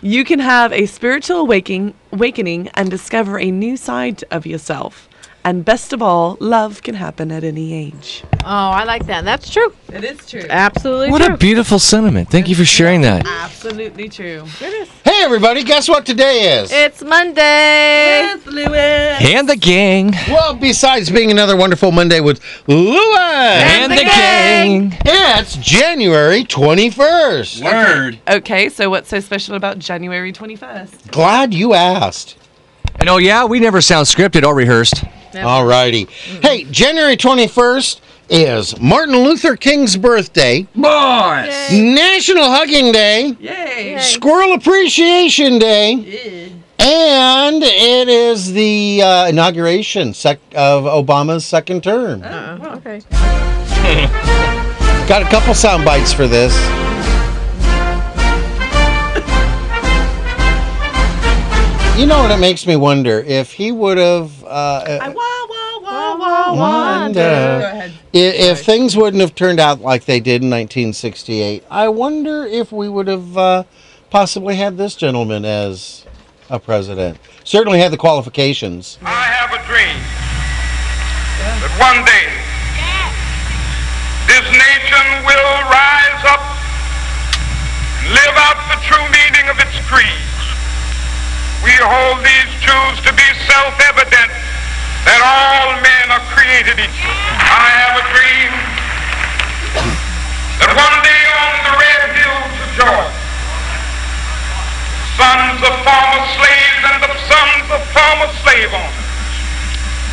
Speaker 3: You can have a spiritual awakening, awakening and discover a new side of yourself. And best of all, love can happen at any age.
Speaker 2: Oh, I like that. That's true.
Speaker 3: It is true.
Speaker 2: Absolutely
Speaker 5: What
Speaker 2: true.
Speaker 5: a beautiful sentiment. Thank you for sharing that.
Speaker 3: Absolutely true.
Speaker 1: Hey, everybody, guess what today is?
Speaker 2: it's Monday.
Speaker 3: Yes, Lewis.
Speaker 5: And the gang.
Speaker 1: well, besides being another wonderful Monday with Lewis,
Speaker 5: And, the gang.
Speaker 1: it's January 21st.
Speaker 4: Word.
Speaker 3: Okay, so what's so special about January 21st?
Speaker 1: Glad you asked.
Speaker 5: And oh, yeah, we never sound scripted or rehearsed.
Speaker 1: All righty. Hey, January 21st is Martin Luther King's birthday,
Speaker 4: Boss.
Speaker 1: National Hugging Day,
Speaker 3: Yay.
Speaker 1: Squirrel Appreciation Day, and it is the uh, inauguration sec- of Obama's second term.
Speaker 2: okay.
Speaker 1: Got a couple sound bites for this. You know what? It makes me wonder if he would have.
Speaker 3: I
Speaker 1: Uh,
Speaker 3: wah, wah, wah, wah,
Speaker 1: Wonder.
Speaker 3: Go ahead.
Speaker 1: i- if things wouldn't have turned out like they did in 1968, I wonder if we would have uh, possibly had this gentleman as a president. Certainly had the qualifications.
Speaker 9: I have a dream that one day this nation will rise up and live out the true meaning of its creed. We hold these truths to be self-evident that all men are created equal. I have a dream that one day on the red hills of Georgia, sons of former slaves and the sons of former slave owners,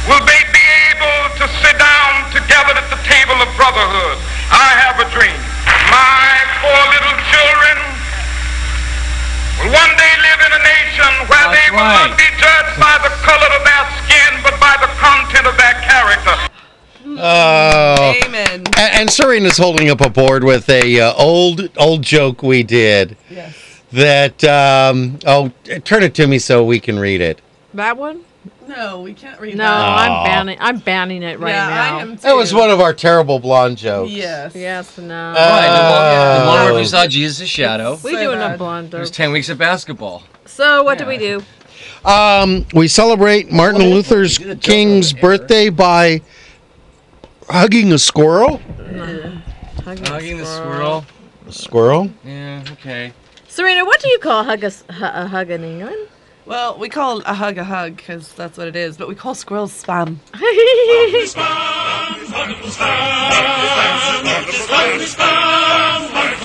Speaker 9: Will they be able to sit down together at the table of brotherhood? I have a dream. My four little children will one day live in a nation where they
Speaker 4: That's
Speaker 9: will
Speaker 4: right.
Speaker 9: not be judged by the color of their skin, but by the content of their character.
Speaker 1: Oh.
Speaker 3: Amen.
Speaker 1: And, and Serene is holding up a board with a uh, old old joke we did
Speaker 3: Yes.
Speaker 1: that. Um, oh, t- turn it to me so we can read it.
Speaker 2: That one?
Speaker 3: No, we can't read
Speaker 2: No,
Speaker 3: that.
Speaker 1: Aw.
Speaker 2: I'm banning. I'm banning it right
Speaker 3: yeah,
Speaker 2: now.
Speaker 3: I am too.
Speaker 1: That was one of our terrible blonde jokes.
Speaker 3: Yes.
Speaker 2: Yes, no.
Speaker 5: the
Speaker 1: Uh,
Speaker 5: more where we saw Jesus' shadow.
Speaker 2: we
Speaker 3: so
Speaker 2: doing
Speaker 3: bad.
Speaker 2: a blunder.
Speaker 5: There's 10 weeks of basketball.
Speaker 2: So what do we do?
Speaker 1: Um, we celebrate Martin
Speaker 5: Well,
Speaker 1: Luther's
Speaker 5: we did a joke
Speaker 1: King's
Speaker 5: on the air.
Speaker 1: birthday by hugging a squirrel.
Speaker 5: Hugging the squirrel.
Speaker 1: A squirrel.
Speaker 5: Yeah, okay.
Speaker 2: Serena, what do you call hug a, s- hu- a hug in England?
Speaker 3: Well, we call a hug a hug because that's what it is, but we call squirrels spam.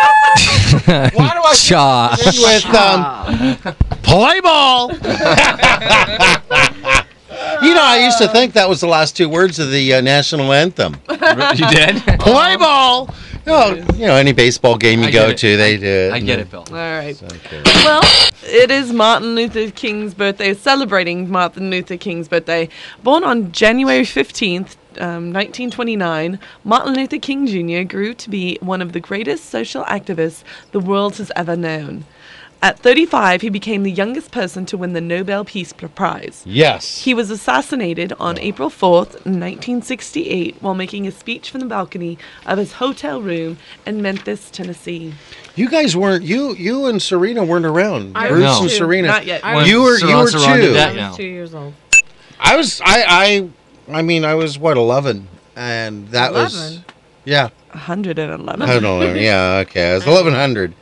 Speaker 1: Why do I think
Speaker 5: Cha.
Speaker 1: with um, play ball? You know, I used to think that was the last two words of the uh, national anthem.
Speaker 5: you did?
Speaker 1: play ball. No, you know, any baseball game you
Speaker 5: I get
Speaker 1: go
Speaker 5: it.
Speaker 1: to, they do it.
Speaker 5: I get it, Bill.
Speaker 3: All right. Well, it is Martin Luther King's birthday, celebrating Martin Luther King's birthday. Born on January 15th, um, 1929, Martin Luther King Jr. grew to be one of the greatest social activists the world has ever known. At 35, he became the youngest person to win the Nobel Peace Prize.
Speaker 1: Yes.
Speaker 3: He was assassinated on April 4th, 1968, while making a speech from the balcony of his hotel room in Memphis, Tennessee.
Speaker 1: You guys weren't you you and Serena weren't around.
Speaker 2: I
Speaker 1: Bruce
Speaker 5: was
Speaker 1: and
Speaker 2: two.
Speaker 1: Serena.
Speaker 3: Not yet.
Speaker 2: I-
Speaker 1: You were you
Speaker 5: Saran-
Speaker 1: were
Speaker 5: Saran did
Speaker 1: two.
Speaker 5: that.
Speaker 2: I
Speaker 5: now.
Speaker 2: was two years old.
Speaker 1: I was I I I mean I was what eleven and that was
Speaker 2: 11?
Speaker 1: yeah
Speaker 3: 111.
Speaker 1: I don't know yeah okay I was eleven hundred.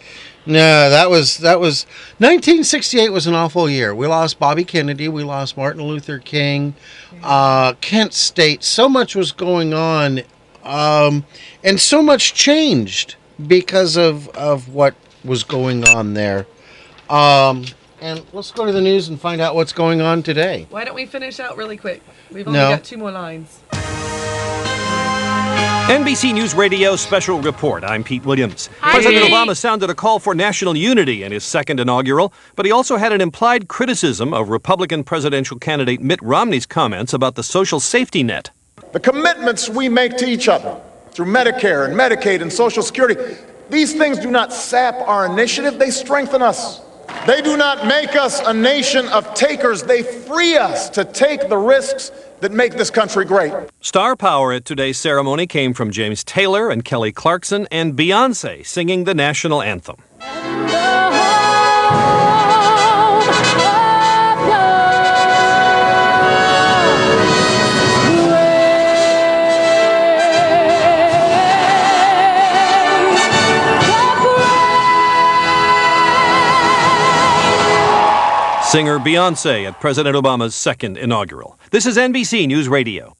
Speaker 1: No, that was that was 1968 was an awful year. We lost Bobby Kennedy, we lost Martin Luther King, uh, Kent State. So much was going on, um, and so much changed because of of what was going on there. Um, and let's go to the news and find out what's going on today.
Speaker 3: Why don't we finish out really quick? We've
Speaker 1: only No. got
Speaker 3: two more lines.
Speaker 10: NBC News Radio Special Report. I'm Pete Williams.
Speaker 2: Hi,
Speaker 10: President
Speaker 2: Pete.
Speaker 10: Obama sounded a call for national unity in his second inaugural, but he also had an implied criticism of Republican presidential candidate Mitt Romney's comments about the social safety net.
Speaker 11: The commitments we make to each other through Medicare and Medicaid and Social Security. These things do not sap our initiative, they strengthen us. They do not make us a nation of takers, they free us to take the risks that make this country great.
Speaker 10: Star power at today's ceremony came from James Taylor and Kelly Clarkson and Beyonce singing the national anthem. Singer Beyonce at President Obama's second inaugural. This is NBC News Radio.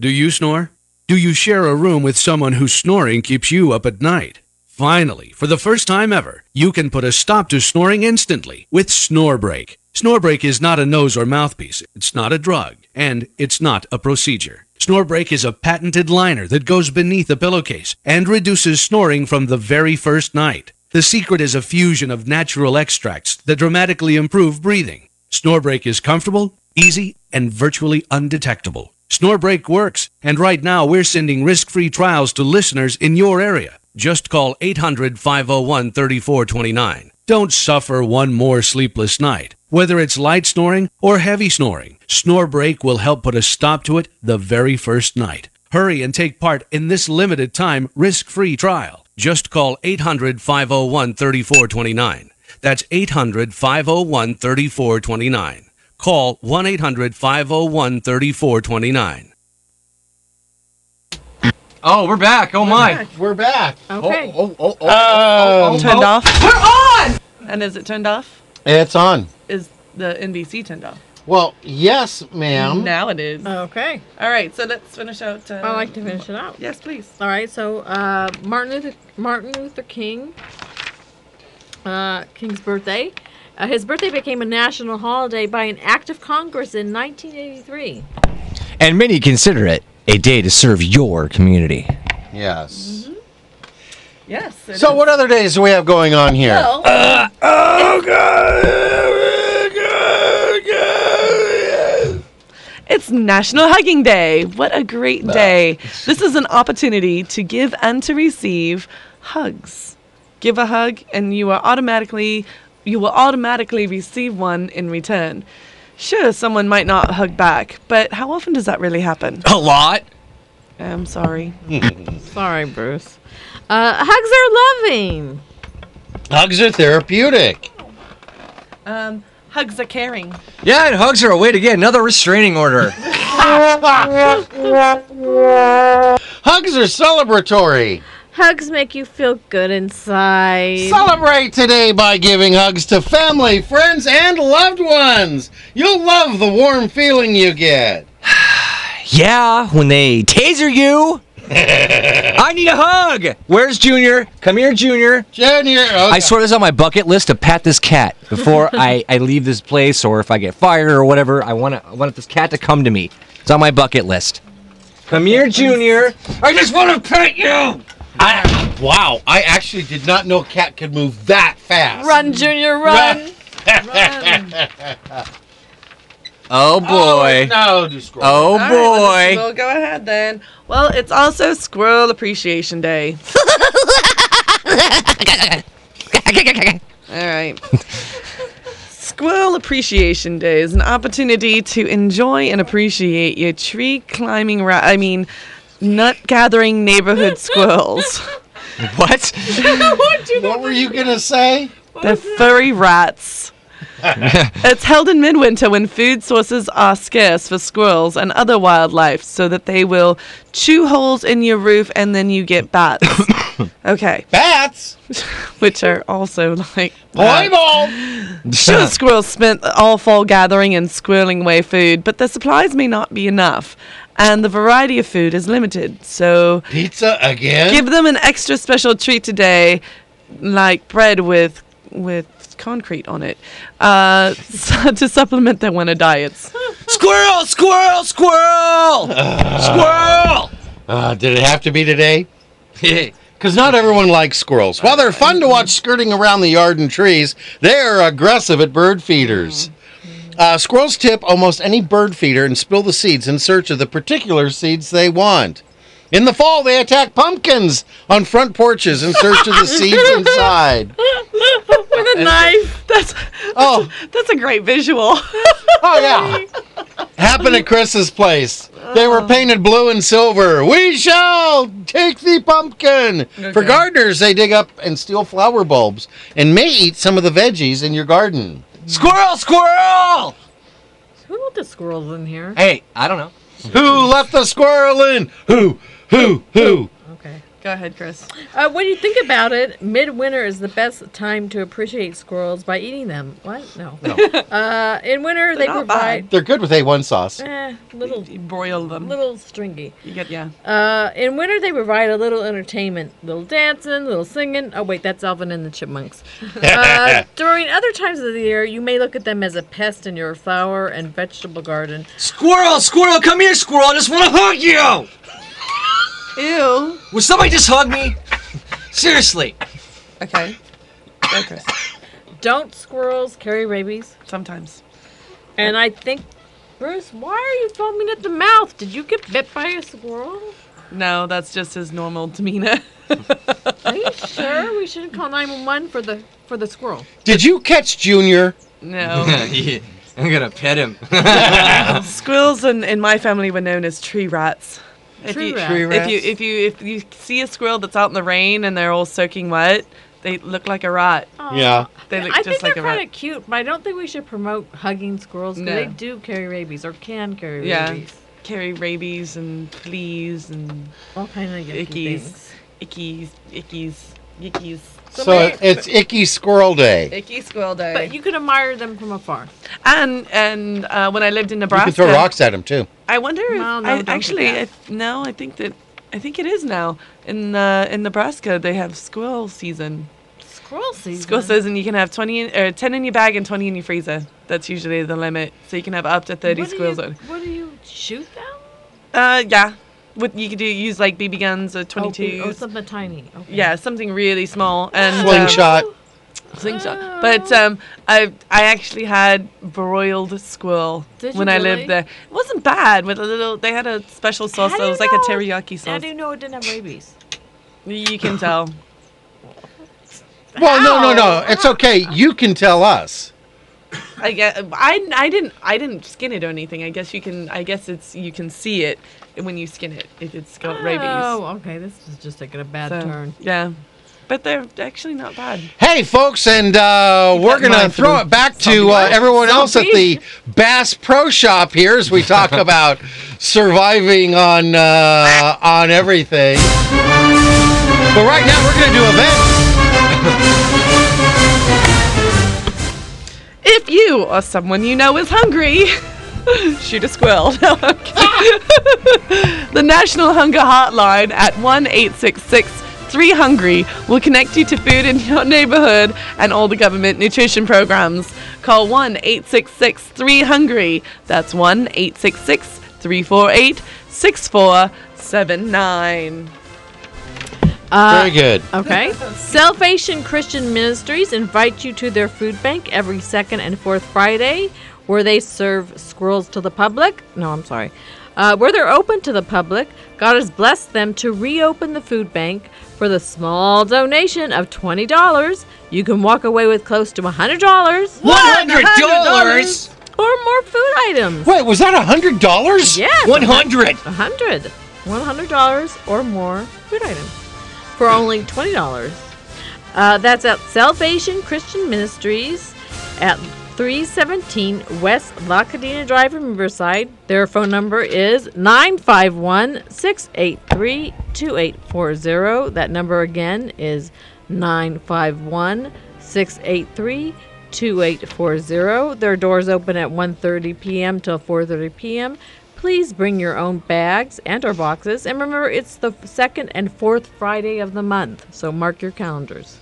Speaker 12: Do you snore? Do you share a room with someone whose snoring keeps you up at night? Finally, for the first time ever, you can put a stop to snoring instantly with Snorebreak. Snorebreak is not a nose or mouthpiece, it's not a drug, and it's not a procedure. Snorebreak is a patented liner that goes beneath a pillowcase and reduces snoring from the very first night. The secret is a fusion of natural extracts that dramatically improve breathing. Snorebreak is comfortable, easy, and virtually undetectable. Snorebreak works, and right now we're sending risk free trials to listeners in your area. Just call 800 501 3429. Don't suffer one more sleepless night. Whether it's light snoring or heavy snoring, Snorebreak will help put a stop to it the very first night. Hurry and take part in this limited time risk free trial. Just call 800 501 3429. That's 800 501 3429. Call 1 800 501 3429.
Speaker 5: Oh, we're back. Oh, my.
Speaker 1: We're back.
Speaker 3: Okay.
Speaker 1: Oh, oh, oh,
Speaker 3: oh,
Speaker 1: Um,
Speaker 3: turned
Speaker 1: oh.
Speaker 3: off. We're on. And is it turned off?
Speaker 1: It's on.
Speaker 3: Is the NBC turned off?
Speaker 1: Well, yes, ma'am.
Speaker 3: Now it is.
Speaker 2: Okay.
Speaker 3: All right. So let's finish out. Uh,
Speaker 2: I like to finish it out.
Speaker 3: Yes, please.
Speaker 2: All right. So uh, Martin Luther, Martin Luther King, uh, King's birthday. Uh, his birthday became a national holiday by an act of Congress in 1983.
Speaker 5: And many consider it a day to serve your community.
Speaker 1: Yes.
Speaker 3: Yes. it
Speaker 1: So,
Speaker 3: is.
Speaker 1: what other days do we have going on here?
Speaker 3: Well,
Speaker 1: oh, God.
Speaker 3: It's National Hugging Day. What a great day. This is an opportunity to give and to receive hugs. Give a hug and you are automatically you will automatically receive one in return. Sure, someone might not hug back, but how often does that really happen?
Speaker 5: A lot.
Speaker 3: I'm sorry.
Speaker 2: Sorry, Bruce. Uh, hugs are loving.
Speaker 1: Hugs are therapeutic.
Speaker 3: Um, hugs are caring.
Speaker 5: Yeah, and hugs are a way to get another restraining order.
Speaker 1: Hugs are celebratory.
Speaker 2: Hugs make you feel good inside.
Speaker 1: Celebrate today by giving hugs to family, friends, and loved ones. You'll love the warm feeling you get.
Speaker 5: yeah, when they taser you. I need a hug. Where's Junior? Come here, Junior.
Speaker 1: Junior.
Speaker 5: I swear this is on my bucket list to pat this cat before I, I leave this place or if I get fired or whatever. I want to I want this cat to come to me. It's on my bucket list. Come here, Junior. I just want to pet you.
Speaker 1: I, wow, I actually did not know a cat could move that fast.
Speaker 2: Run, Junior, run. Run.
Speaker 5: Oh
Speaker 3: boy.
Speaker 1: no, do scroll.
Speaker 5: Oh
Speaker 3: All right, well, go ahead then. Well, it's also Squirrel Appreciation Day. All right. Squirrel Appreciation Day is an opportunity to enjoy and appreciate your tree climbing, ra- I mean, nut gathering neighborhood squirrels.
Speaker 5: What?
Speaker 1: what were you gonna say?
Speaker 3: They're furry rats. it's held in midwinter when food sources are scarce for squirrels and other wildlife, so that they will chew holes in your roof and then you get bats. okay.
Speaker 1: Bats?
Speaker 3: Which are also like. rats.
Speaker 1: Volleyball.
Speaker 3: Sure, squirrels spent all fall gathering and squirreling away food, but their supplies may not be enough, and the variety of food is limited. So,
Speaker 1: Pizza again?
Speaker 3: give them an extra special treat today, like bread with with concrete on it, uh, su- to supplement their winter diets.
Speaker 5: Squirrel, squirrel, squirrel, squirrel.
Speaker 1: Uh, did it have to be today? Because not everyone likes squirrels. While they're fun to watch skirting around the yard and trees, they are aggressive at bird feeders. Uh, squirrels tip almost any bird feeder and spill the seeds in search of the particular seeds they want. In the fall, they attack pumpkins on front porches in search of the seeds inside.
Speaker 3: With a knife. That's, oh. that's, that's a great visual.
Speaker 1: Oh yeah. Happened at Chris's place. They were painted blue and silver. We shall take the pumpkin. For
Speaker 13: Okay.
Speaker 1: gardeners, they dig up and steal flower bulbs and may eat some of the veggies in your garden. Squirrel, squirrel!
Speaker 2: Who let the squirrels in here?
Speaker 5: Hey, I don't know.
Speaker 1: Who left the squirrel in? Who, who, who?
Speaker 2: Okay.
Speaker 3: Go ahead, Chris.
Speaker 2: Uh, when you think about it, midwinter is the best time to appreciate squirrels by eating them. What? No. uh, in winter, they provide.
Speaker 1: They're good with A1 sauce.
Speaker 2: Eh, little
Speaker 3: broil them.
Speaker 2: Little stringy.
Speaker 3: You get yeah.
Speaker 2: Uh, in winter, they provide a little entertainment, little dancing, little singing. Oh wait, that's Alvin and the Chipmunks. uh, during other times of the year, you may look at them as a pest in your flower and vegetable garden.
Speaker 5: Squirrel, squirrel, come here, squirrel. I just want to hug you.
Speaker 3: Ew.
Speaker 5: Would somebody just hug me? Seriously.
Speaker 3: Okay. Okay.
Speaker 2: Don't squirrels carry rabies?
Speaker 3: Sometimes.
Speaker 2: And I think, Bruce, why are you foaming at the mouth? Did you get bit by a squirrel?
Speaker 3: No, that's just his normal demeanor.
Speaker 2: Are you sure we shouldn't call 911 for the for the squirrel?
Speaker 1: Did you catch Junior?
Speaker 3: No.
Speaker 5: I'm gonna pet him.
Speaker 3: Squirrels in, in my family were known as tree rats. If
Speaker 5: Tree
Speaker 3: you,
Speaker 5: rats. Tree rats.
Speaker 3: If you if you if you see a squirrel that's out in the rain and they're all soaking wet, they look like a rat.
Speaker 1: Yeah.
Speaker 3: They look
Speaker 2: Oh, I think
Speaker 3: just like
Speaker 2: they're
Speaker 3: a rat.
Speaker 2: kind of cute, but I don't think we should promote hugging squirrels 'cause
Speaker 3: No.
Speaker 2: they do carry rabies or can carry
Speaker 3: yeah.
Speaker 2: rabies.
Speaker 3: Carry rabies and fleas and
Speaker 2: all kind of yucky
Speaker 3: ickies,
Speaker 2: things.
Speaker 3: ickies, ickies, ickies.
Speaker 1: So it's Icky Squirrel Day.
Speaker 3: Icky squirrel day.
Speaker 2: But you could admire them from afar.
Speaker 3: And and uh, when I lived in
Speaker 1: You
Speaker 3: Nebraska,
Speaker 1: can throw rocks at him too.
Speaker 3: I wonder if
Speaker 2: No, no,
Speaker 3: I,
Speaker 2: don't do
Speaker 3: actually
Speaker 2: that.
Speaker 3: I, no. I think that I think it is now in uh, in Nebraska they have squirrel season.
Speaker 2: Squirrel season.
Speaker 3: Squirrel season you can have twenty in, or ten in your bag and twenty in your freezer. That's usually the limit. So you can have up to thirty
Speaker 2: What do
Speaker 3: squirrels.
Speaker 2: you-
Speaker 3: on.
Speaker 2: What do you shoot them?
Speaker 3: Uh, yeah. What you could do use like BB guns or
Speaker 2: Oh,
Speaker 3: twenty
Speaker 2: be-
Speaker 3: twos.
Speaker 2: Oh, something tiny. Okay.
Speaker 3: Yeah, something really small and um,
Speaker 1: Slingshot.
Speaker 3: slingshot. But um, I I actually had broiled squirrel
Speaker 2: Did you
Speaker 3: when I lived
Speaker 2: really?
Speaker 3: there. It wasn't bad with a little. They had a special sauce.
Speaker 2: How do
Speaker 3: that
Speaker 2: you
Speaker 3: was like a
Speaker 2: know-
Speaker 3: teriyaki
Speaker 2: How
Speaker 3: sauce.
Speaker 2: do you know it didn't have rabies?
Speaker 3: You can tell.
Speaker 1: Well, no, no, no. It's okay. You can tell us.
Speaker 3: I guess, I I didn't I didn't skin it or anything. I guess you can. I guess it's you can see it when you skin it if it's got rabies.
Speaker 2: Oh, okay. This is just taking a bad
Speaker 3: So,
Speaker 2: turn.
Speaker 3: Yeah, but they're actually not bad.
Speaker 1: Hey, folks, and uh, we're going to
Speaker 3: mine
Speaker 1: throw
Speaker 3: through
Speaker 1: it back to uh, everyone else at the Bass Pro Shop here as we talk about surviving on uh, on everything. But right now, we're going to do events.
Speaker 3: If you or someone you know is hungry, shoot a squirrel. No, I'm kidding. the National Hunger Hotline at 1 866 3 Hungry will connect you to food in your neighborhood and all the government nutrition programs. Call 1 866 3 Hungry. That's 1 866 348 6479.
Speaker 1: Very good.
Speaker 2: Okay. Salvation Christian Ministries invite you to their food bank every second and fourth Friday, where they serve squirrels to the public. No, I'm sorry. Uh, where they're open to the public, God has blessed them to reopen the food bank for the small donation of $20. You can walk away with close to $100.
Speaker 5: $100?
Speaker 2: Or more food items.
Speaker 1: Wait, was that $100?
Speaker 2: Yes.
Speaker 5: $100.
Speaker 2: 100 $100 or more food items for only $20. Uh, that's at Salvation Christian Ministries at 317 West La Cadena Drive in Riverside. Their phone number is 951 683 2840. That number again is 951 683 2840. Their doors open at 1:30 p.m. till 4:30 p.m. Please bring your own bags and or boxes and remember it's the second and fourth Friday of the month, so mark your calendars.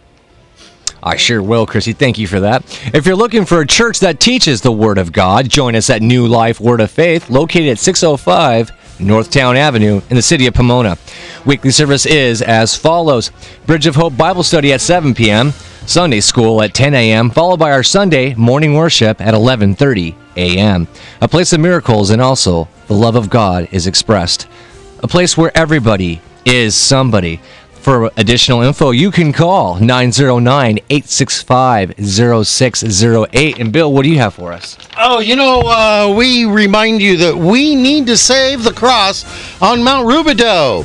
Speaker 5: I sure will, Chrissy. Thank you for that. If you're looking for a church that teaches the Word of God, join us at New Life Word of Faith, located at 605 Northtown Avenue in the city of Pomona. Weekly service is as follows Bridge of Hope Bible Study at 7 p.m., Sunday School at 10 a.m., followed by our Sunday morning worship at 11.30 a.m. A place of miracles and also the love of God is expressed. a place where everybody is somebody. For additional info, you can call 909 865 0608. And Bill, what do you have for us?
Speaker 1: Oh, you know, uh, we remind you that we need to save the cross on Mount Rubidoux.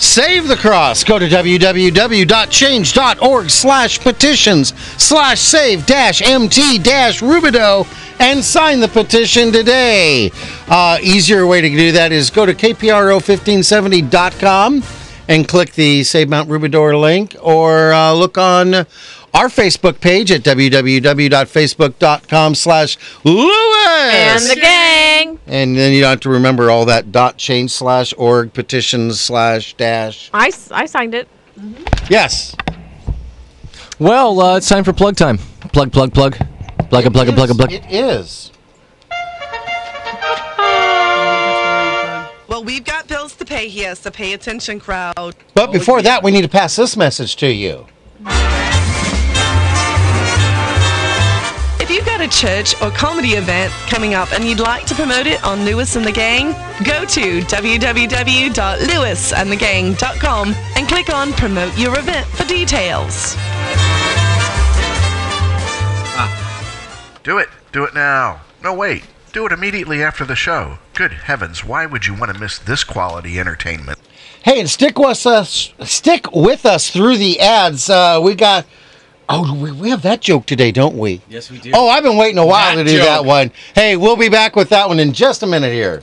Speaker 1: Save the cross. Go to www.change.org slash petitions slash save dash MT dash Rubidoux and sign the petition today. Uh, easier way to do that is go to KPRO1570.com and click the Save Mount Rubidoux link or uh, look on our Facebook page at www.facebook.com slash Lewis.
Speaker 2: And the gang.
Speaker 1: And then you don't have to remember all that dot change slash org petitions slash dash.
Speaker 2: I, s- I signed it.
Speaker 1: Yes.
Speaker 5: Well, uh, it's time for plug time. Plug, plug, plug. Plug and plug and plug and plug.
Speaker 1: It is.
Speaker 3: Well, we've got bills to pay here, so pay attention, crowd.
Speaker 1: But before that, we need to pass this message to you.
Speaker 3: If you've got a church or comedy event coming up and you'd like to promote it on Lewis and the Gang, go to www.lewisandthegang.com and click on Promote Your Event for details.
Speaker 8: Do it. Do it now. No, wait. Do it immediately after the show. Good heavens, why would you want to miss this quality entertainment?
Speaker 1: Hey, and stick with us. Stick with us through the ads. Uh, we got. Oh, we, we have that joke today, don't we?
Speaker 4: Yes, we do.
Speaker 1: Oh, I've been waiting a while
Speaker 4: That
Speaker 1: to do that
Speaker 4: joke.
Speaker 1: one. Hey, we'll be back with that one in just a minute here.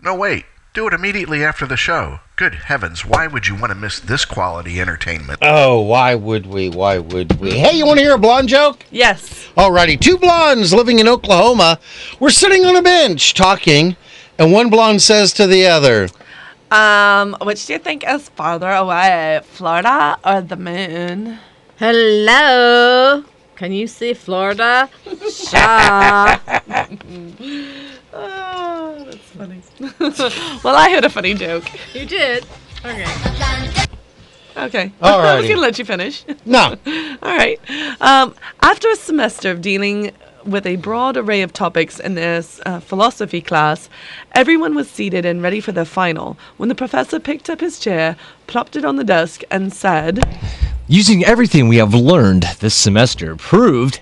Speaker 8: No, wait. Do it immediately after the show. Good heavens, why would you want to miss this quality entertainment?
Speaker 1: Oh, why would we? Why would we? Hey, you want to hear a blonde joke?
Speaker 3: Yes.
Speaker 1: Alrighty, two blondes living in Oklahoma were sitting on a bench talking, and one blonde says to the other,
Speaker 3: Um, which do you think is farther away, Florida or the moon?
Speaker 2: Hello. Can you see Florida? Shaw.
Speaker 3: Ah, Oh, that's funny. well, I had a funny joke.
Speaker 2: you did. Okay.
Speaker 3: Okay.
Speaker 1: All
Speaker 3: I
Speaker 1: right.
Speaker 3: was going to let you finish.
Speaker 1: No.
Speaker 3: All right. Um, after a semester of dealing with a broad array of topics in this uh, philosophy class, everyone was seated and ready for the final when the professor picked up his chair, plopped it on the desk, and said,
Speaker 5: Using everything we have learned this semester proved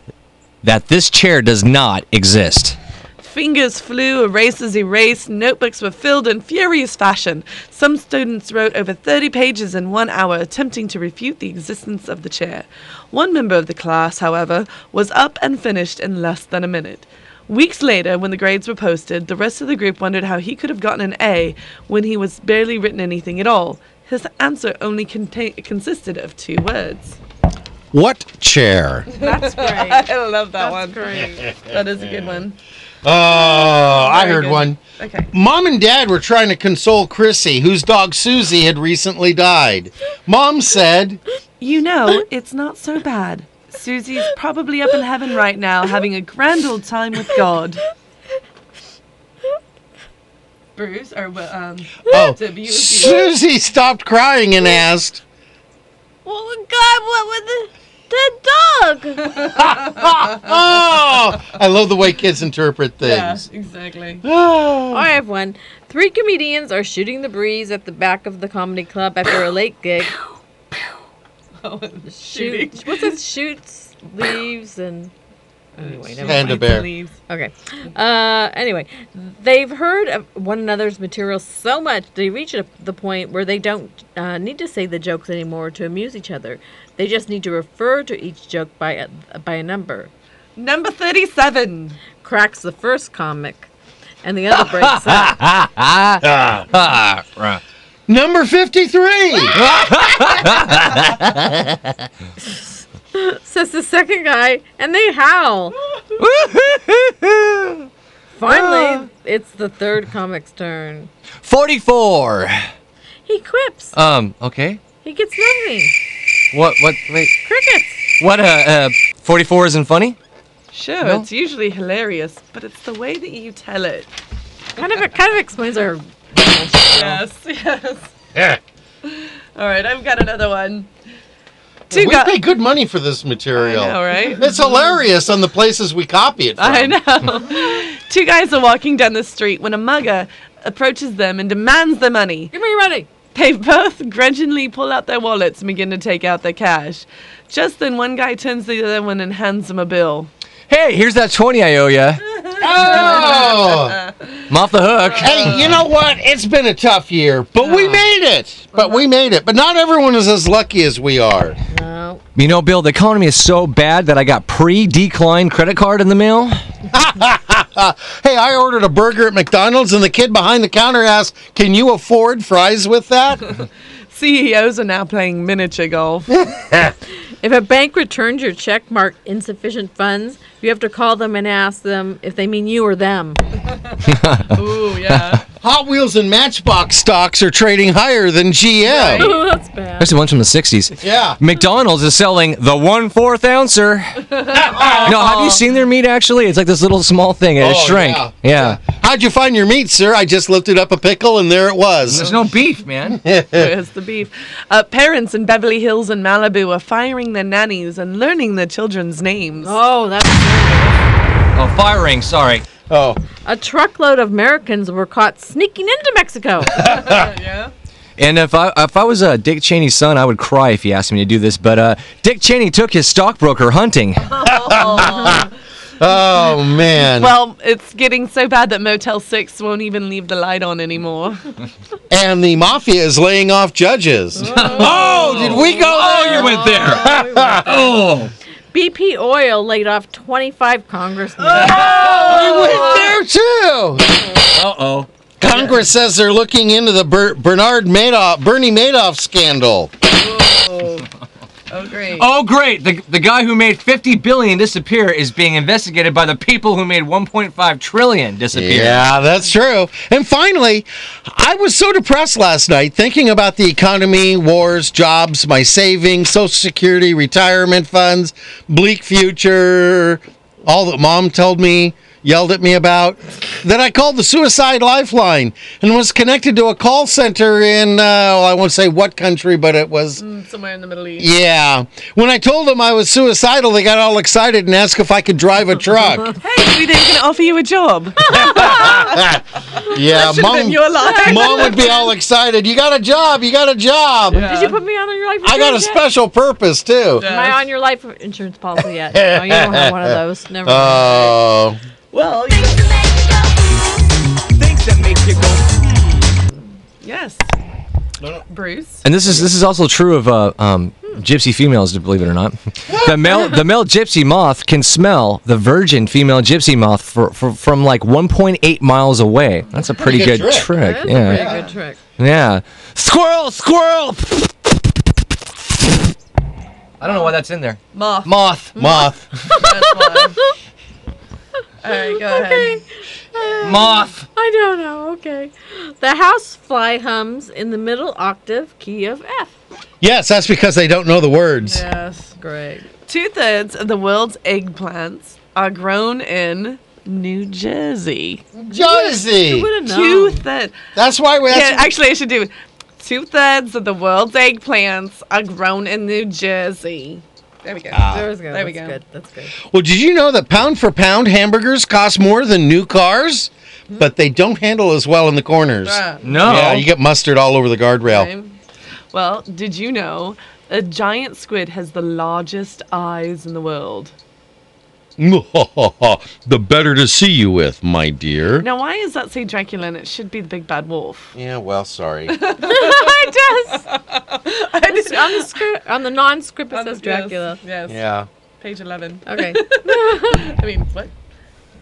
Speaker 5: that this chair does not exist.
Speaker 3: Fingers flew, erasers erased, notebooks were filled in furious fashion. Some students wrote over 30 pages in one hour, attempting to refute the existence of the chair. One member of the class, however, was up and finished in less than a minute. Weeks later, when the grades were posted, the rest of the group wondered how he could have gotten an A when he was barely written anything at all. His answer only contain- consisted of two words.
Speaker 1: What chair?
Speaker 3: That's great. I love that one. That is a good one.
Speaker 1: Oh, I
Speaker 3: Very
Speaker 1: heard
Speaker 3: good.
Speaker 1: one.
Speaker 3: Okay.
Speaker 1: Mom and Dad were trying to console Chrissy, whose dog Susie had recently died. Mom said,
Speaker 3: You know, it's not so bad. Susie's probably up in heaven right now having a grand old time with God. Bruce, or um,
Speaker 1: "Oh, Susie stopped crying and asked."
Speaker 13: Well, God, what with the, the dog?
Speaker 1: Oh, I love the way kids interpret things.
Speaker 3: exactly.
Speaker 2: I have one. Three comedians are shooting the breeze at the back of the comedy club after a late gig. Oh, Shoot, what's it? Shoots, leaves, and anyway, never
Speaker 1: And a
Speaker 2: mind.
Speaker 1: bear.
Speaker 2: Okay. Uh, anyway, they've heard of one another's material so much they reach a, the point where they don't uh, need to say the jokes anymore to amuse each other. They just need to refer to each joke by a, by a number.
Speaker 3: Number thirty-seven
Speaker 2: cracks the first comic, and the other breaks up.
Speaker 1: Number 53.
Speaker 2: Says the second guy, and they howl. Finally, it's the third comic's turn.
Speaker 5: 44.
Speaker 2: He quips.
Speaker 5: Um, okay.
Speaker 2: He gets nothing.
Speaker 5: What, what, wait.
Speaker 2: Crickets.
Speaker 5: What, uh, uh, 44 isn't funny?
Speaker 3: Sure,
Speaker 5: No?
Speaker 3: it's usually hilarious, but it's the way that you tell it.
Speaker 2: Kind of, it kind of explains our.
Speaker 1: Oh.
Speaker 3: yes, yes. All right, I've got another one. Two
Speaker 1: we
Speaker 3: guys.
Speaker 1: pay good money for this material.
Speaker 3: I know, right?
Speaker 1: It's hilarious on the places we copy it from.
Speaker 3: I know. Two guys are walking down the street when a mugger approaches them and demands their money.
Speaker 2: Give me your money.
Speaker 3: They both grudgingly pull out their wallets and begin to take out their cash. Just then, one guy turns to the other one and hands him a bill.
Speaker 5: Hey, here's that 20 I owe ya.
Speaker 1: Oh!
Speaker 5: I'm off the hook.
Speaker 1: Hey, you know what? It's been a tough year, but
Speaker 3: Oh.
Speaker 1: we made it. But we made it. But not everyone is as lucky as we are.
Speaker 5: You know, Bill, the economy is so bad that I got pre declined credit card in the mail.
Speaker 1: hey, I ordered a burger at McDonald's, and the kid behind the counter asked, "Can you afford fries with that?"
Speaker 3: CEOs E are now playing miniature golf.
Speaker 2: If a bank returns your check marked insufficient funds, you have to call them and ask them if they mean you or them.
Speaker 3: Ooh, yeah.
Speaker 1: Hot Wheels and Matchbox stocks are trading higher than GM.
Speaker 2: Oh, that's bad.
Speaker 5: There's the ones from the 60s.
Speaker 1: Yeah.
Speaker 5: McDonald's is selling the one fourth ouncer. No, have you seen their meat actually? It's like this little small thing and it
Speaker 1: Oh,
Speaker 5: shrank.
Speaker 1: yeah.
Speaker 5: Yeah.
Speaker 1: How'd you find your meat, sir? I just lifted up a pickle, and there it was.
Speaker 5: There's no beef, man.
Speaker 3: Where's the beef? Uh, parents in Beverly Hills and Malibu are firing their nannies and learning their children's names.
Speaker 2: Oh, that's.
Speaker 5: Oh, firing, sorry.
Speaker 1: Oh.
Speaker 2: A truckload of Americans were caught sneaking into Mexico.
Speaker 5: And if I if I was uh, Dick Cheney's son, I would cry if he asked me to do this. But uh, Dick Cheney took his stockbroker hunting.
Speaker 1: oh man.
Speaker 3: Well, it's getting so bad that Motel 6 won't even leave the light on anymore.
Speaker 1: and the mafia is laying off judges. Oh, did we go? Oh, you went there. oh,
Speaker 2: BP Oil laid off 25 congressmen.
Speaker 1: you went there too.
Speaker 5: Uh oh.
Speaker 1: Congress says they're looking into the Ber- Bernard Madoff, Bernie Madoff scandal.
Speaker 3: Oh great.
Speaker 5: Oh great! The the guy who made 50 billion disappear is being investigated by the people who made 1.5 trillion disappear.
Speaker 1: Yeah, that's true. And finally, I was so depressed last night thinking about the economy, wars, jobs, my savings, Social Security, retirement funds, bleak future, all that mom told me. yelled at me about that I called the suicide lifeline and was connected to a call center in, uh, well, I won't say what country, but it was.
Speaker 3: Mm, Somewhere in the Middle East.
Speaker 1: Yeah. When I told them I was suicidal, they got all excited and asked if I could drive a truck.
Speaker 3: Hey, we didn't offer you a job.
Speaker 1: yeah,
Speaker 3: should've been your line.
Speaker 1: mom would be all excited. You got a job. You got a job.
Speaker 2: Did you put me on your life insurance
Speaker 1: I got a
Speaker 2: yet?
Speaker 1: special purpose too.
Speaker 2: Am I on your life insurance policy yet? No, you don't have one of those. Never mind.
Speaker 1: Oh.
Speaker 3: Well, yes. Bruce.
Speaker 5: And this is this is also true of uh, um, gypsy females, believe it or not. The male the male gypsy moth can smell the virgin female gypsy moth for, for, from like 1.8 miles away. That's a pretty, good, trick.
Speaker 2: That's
Speaker 5: Yeah.
Speaker 2: a pretty good trick.
Speaker 5: Yeah. Squirrel, squirrel. I don't know why that's in there.
Speaker 3: Moth.
Speaker 5: Moth. Moth.
Speaker 3: All right, go ahead.
Speaker 5: Moth.
Speaker 2: I don't know. Okay. The housefly hums in the middle octave key of F.
Speaker 1: Yes, that's because they don't know the words.
Speaker 2: Yes, great.
Speaker 3: Two thirds of the world's eggplants are grown in New Jersey.
Speaker 1: Jersey.
Speaker 3: Two thirds.
Speaker 1: That's why we.
Speaker 3: Yeah, actually, I should do. Two thirds of the world's eggplants are grown in New Jersey. There we go.
Speaker 1: Ah.
Speaker 3: There we
Speaker 2: go.
Speaker 3: There we
Speaker 2: That's
Speaker 3: go.
Speaker 2: good. That's good.
Speaker 1: Well, did you know that pound for pound hamburgers cost more than new cars?
Speaker 2: Hmm?
Speaker 1: But they don't handle as well in the corners.
Speaker 3: Ah.
Speaker 5: No.
Speaker 1: Yeah, you get mustard all over the guardrail.
Speaker 3: Okay. Well, did you know a giant squid has the largest eyes in the world?
Speaker 1: the better to see you with, my dear.
Speaker 3: Now, why is that say Dracula and it should be the big bad wolf?
Speaker 1: Yeah, well, sorry.
Speaker 3: it does.
Speaker 2: On the, sc- on the script, on the non-script, it says
Speaker 3: yes,
Speaker 2: Dracula.
Speaker 3: Yes.
Speaker 1: yeah.
Speaker 3: Page 11.
Speaker 2: Okay.
Speaker 3: I mean, what?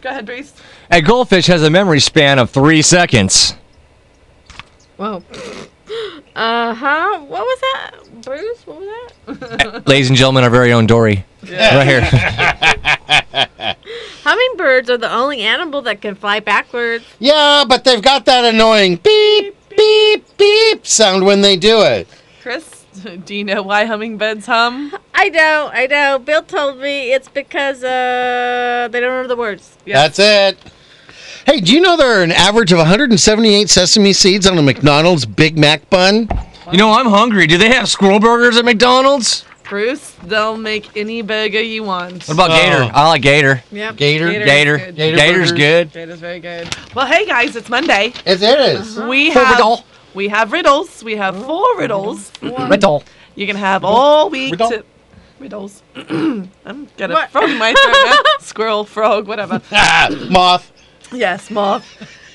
Speaker 3: Go ahead, Bruce.
Speaker 5: A goldfish has a memory span of three seconds.
Speaker 2: Whoa. Uh huh. What was that, Bruce? What was that?
Speaker 5: Ladies and gentlemen, our very own Dory. Right here.
Speaker 2: Hummingbirds are the only animal that can fly backwards.
Speaker 1: yeah, but they've got that annoying beep, beep, beep sound when they do it.
Speaker 3: Chris, do you know why hummingbirds hum?
Speaker 2: I know, I know. Bill told me it's because uh they don't remember the words.
Speaker 1: That's it. Hey, do you know there are an average of 178 sesame seeds on a McDonald's Big Mac bun?
Speaker 5: You know, I'm hungry. Do they have squirrel burgers at McDonald's?
Speaker 3: Bruce, they'll make any burger you want.
Speaker 5: What about gator? I like gator.
Speaker 3: Yep.
Speaker 5: Gator.
Speaker 3: Gator's
Speaker 5: Gator.
Speaker 3: good.
Speaker 5: Oh. Gator Gator's good.
Speaker 3: Gator's very good. Well, hey guys, it's Monday.
Speaker 1: It is.
Speaker 3: We
Speaker 5: For
Speaker 3: have
Speaker 5: riddle.
Speaker 3: we have riddles. We have four riddles.
Speaker 5: Riddle.
Speaker 3: You're gonna have all week
Speaker 5: Riddle.
Speaker 3: to riddles. I'm gonna frog in my throat now. Squirrel, frog, whatever.
Speaker 1: Ah, Moth.
Speaker 3: Yes, moth.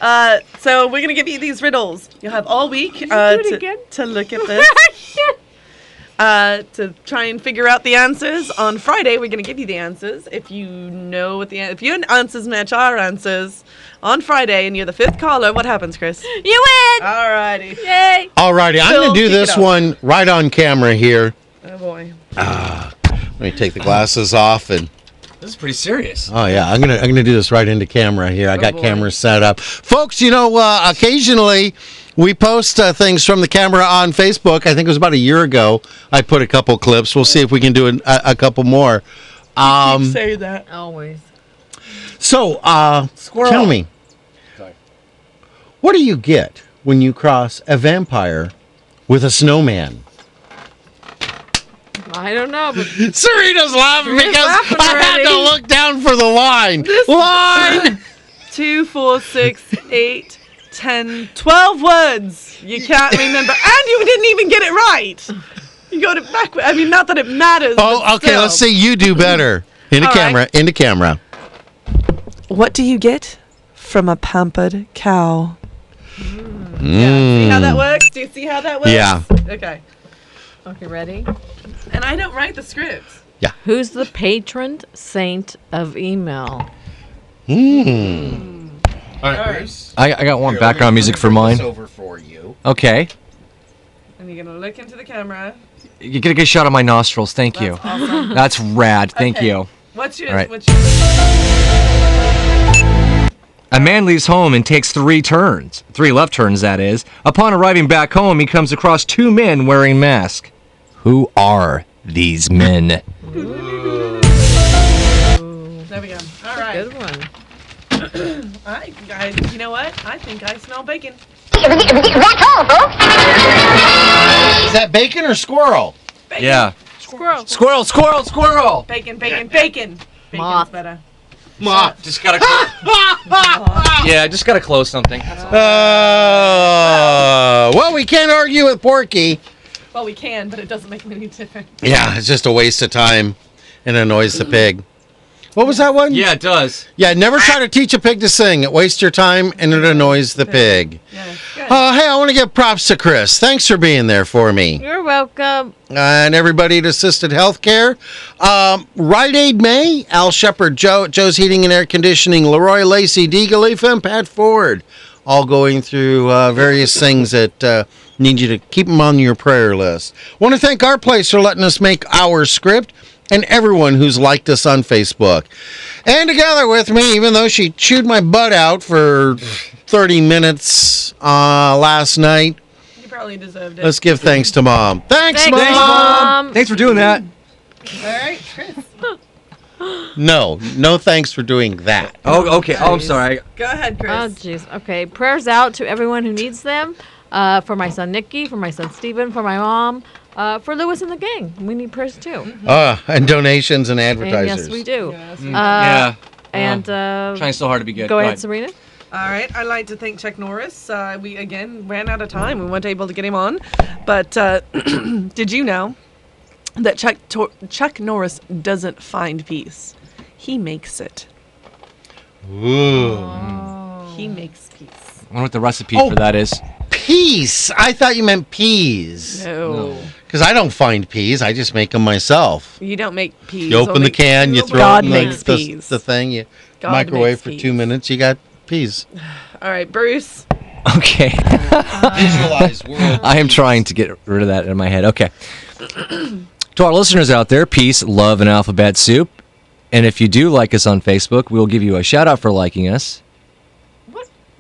Speaker 3: Uh, so we're gonna give you these riddles. You'll have all week uh,
Speaker 2: do it
Speaker 3: to,
Speaker 2: again?
Speaker 3: to look at this. Uh, to try and figure out the answers. On Friday, we're gonna give you the answers. If you know what the an- if your answers match our answers, on Friday, and you're the fifth caller, what happens, Chris? You
Speaker 2: win.
Speaker 3: Uh, Alrighty.
Speaker 2: Yay.
Speaker 1: Alrighty, I'm
Speaker 3: Phil,
Speaker 1: going to do
Speaker 3: kick it
Speaker 1: this
Speaker 3: off.
Speaker 1: one right on camera here. Ah,
Speaker 3: Oh boy.
Speaker 1: Let me take the glasses off and
Speaker 5: This is pretty serious.
Speaker 1: oh yeah, I'm gonna I'm gonna do this right into camera here. I got
Speaker 5: boy.
Speaker 1: cameras set up, folks. You know, uh, occasionally we post uh, things from the camera on Facebook. I think it was about a year ago. I put a couple clips. We'll see if we can do an, a, a couple more. Um,
Speaker 3: Say that.
Speaker 2: Always.
Speaker 1: so, uh, tell me, what do you get when you cross a vampire with a snowman?
Speaker 2: I don't know, but
Speaker 1: Sereno's laughing
Speaker 2: She's
Speaker 1: because
Speaker 2: laughing
Speaker 1: I had to
Speaker 2: already.
Speaker 1: look down for the line. line.
Speaker 3: Two, four, six, eight, ten, twelve words. You can't remember, and you didn't even get it right. You got it backward. I mean, not that it matters.
Speaker 1: Oh,
Speaker 3: but
Speaker 1: okay.
Speaker 3: still.
Speaker 1: Let's see you do better. Into
Speaker 3: All right.
Speaker 1: camera. Into camera.
Speaker 3: What do you get from a pampered cow? See how that works? Do you see how that works?
Speaker 1: Hmm. Yeah.
Speaker 3: Okay.
Speaker 2: Okay, ready?
Speaker 3: And I don't write the script.
Speaker 2: Who's the patron saint of email?
Speaker 5: Mm.
Speaker 1: All
Speaker 3: right.
Speaker 5: I, I got one background music for mine.
Speaker 1: Over for you.
Speaker 5: Okay.
Speaker 3: And you're gonna look into the camera.
Speaker 5: You get a good shot of my nostrils. Thank you.
Speaker 3: awesome.
Speaker 5: That's rad. Thank
Speaker 3: Okay.
Speaker 5: you.
Speaker 3: What's your?
Speaker 5: All right.
Speaker 3: What's your?
Speaker 5: A man leaves home and takes three turns, three left turns, that is. Upon arriving back home, he comes across two men wearing masks. Who are these men?
Speaker 3: There we go. All right.
Speaker 2: Good one.
Speaker 3: I, I, you know what? I think I smell bacon.
Speaker 1: That's Is that bacon or squirrel?
Speaker 5: Yeah.
Speaker 3: Squirrel.
Speaker 5: Squirrel, squirrel, squirrel.
Speaker 3: Bacon, bacon, bacon. Bacon's better.
Speaker 5: Moth. Just gotta. yeah, just gotta close something.
Speaker 1: Uh, well, we can't argue with Porky.
Speaker 3: Well, we can, but it doesn't make any difference.
Speaker 1: Yeah, it's just a waste of time and annoys the pig. What was that one?
Speaker 5: Yeah, it does.
Speaker 1: Yeah, never try to teach a pig to sing. It wastes your time and it annoys the pig. Uh, hey, I want to give props to Chris. Thanks for being there for me.
Speaker 2: You're welcome.
Speaker 1: and everybody at Assisted Healthcare. Um, Rite Aid May, Al Shepard, Joe, Joe's Heating and Air Conditioning, Leroy Lacey, D. Galifa, and Pat Ford, all going through uh, various things that uh, need you to keep them on your prayer list. Want to thank our place for letting us make our script. And everyone who's liked us on Facebook. And together with me, even though she chewed my butt out for 30 minutes uh, last night,
Speaker 3: You probably deserved it.
Speaker 1: Let's give thanks to mom. Thanks,
Speaker 3: Thanks,
Speaker 1: mom.
Speaker 3: Mom.
Speaker 5: Thanks for doing that.
Speaker 3: All right, Chris.
Speaker 1: No, no thanks for doing that.
Speaker 5: Oh, okay. Oh, I'm sorry.
Speaker 3: Go ahead, Chris.
Speaker 2: Oh, jeez. Okay. Prayers out to everyone who needs them. Uh, for my son Nikki, for my son Steven, for my mom, uh, for Lewis and the gang. We need prayers too.
Speaker 1: Uh, and donations and
Speaker 2: And
Speaker 1: advertisers.
Speaker 2: Mm-hmm. yes, we do. Uh,
Speaker 5: Mm, yeah.
Speaker 2: And
Speaker 5: Well,
Speaker 2: uh,
Speaker 5: trying so hard to be good.
Speaker 2: Go
Speaker 5: Go
Speaker 2: ahead,
Speaker 5: ahead.
Speaker 2: Sabrina.
Speaker 3: All right, I'd like to thank Chuck Norris. Uh, we again ran out of time. We weren't able to get him on, but uh, did you know that Chuck Tor- Chuck Norris doesn't find peace? He makes it.
Speaker 1: Ooh.
Speaker 3: He makes peace.
Speaker 5: I wonder what the recipe
Speaker 1: Oh.
Speaker 5: for that is.
Speaker 1: Peas. I thought you meant peas.
Speaker 3: No.
Speaker 1: Because I don't find peas. I just make them myself.
Speaker 3: You don't make peas.
Speaker 1: You open the
Speaker 3: only-
Speaker 1: can, you throw
Speaker 3: God
Speaker 1: it in
Speaker 3: makes
Speaker 1: the, the,
Speaker 3: peas.
Speaker 1: the thing, you
Speaker 3: God
Speaker 1: microwave
Speaker 3: makes
Speaker 1: for
Speaker 3: peas.
Speaker 1: two minutes, you got peas.
Speaker 3: All right, Bruce.
Speaker 5: Okay.
Speaker 1: Visualize world.
Speaker 5: I am trying to get rid of that in my head. Okay. To our listeners out there, peace, love, and alphabet soup. And if you do like us on Facebook, we'll give you a shout out for liking us.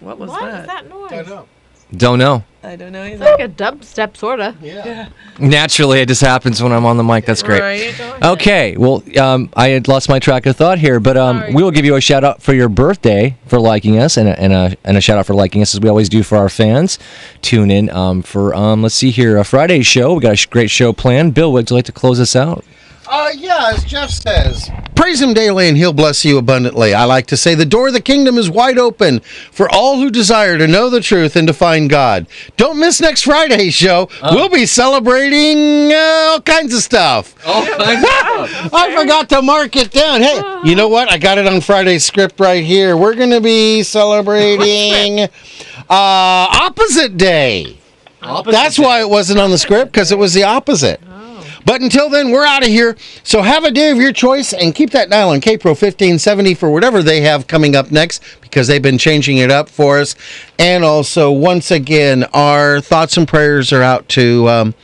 Speaker 3: What was
Speaker 2: What
Speaker 3: that?
Speaker 2: is that noise? I know.
Speaker 5: Don't know.
Speaker 3: I don't know. It's
Speaker 2: like a dubstep, sorta.
Speaker 1: Yeah.
Speaker 5: Naturally, it just happens when I'm on the mic. That's great. Okay. Well, um, I had lost my track of thought here, but um, we will give you a shout out for your birthday for liking us, and a, and a, and a shout out for liking us as we always do for our fans. Tune in um, for um, let's see here a Friday show. We got a sh- great show planned. Bill, would you like to close us out?
Speaker 1: Uh, yeah, as Jeff says, praise him daily and he'll bless you abundantly. I like to say the door of the kingdom is wide open for all who desire to know the truth and to find God. Don't miss next Friday's show. We'll be celebrating uh, all kinds of stuff.
Speaker 5: All kinds
Speaker 1: of stuff. I forgot to mark it down. Hey, you know what? I got it on Friday's script right here. We're going to be celebrating uh, Opposite Day. That's why it wasn't on the script because it was the opposite. But until then, we're out of here. So have a day of your choice and keep that dial on KPRO 1570 for whatever they have coming up next because they've been changing it up for us. And also, once again, our thoughts and prayers are out to um,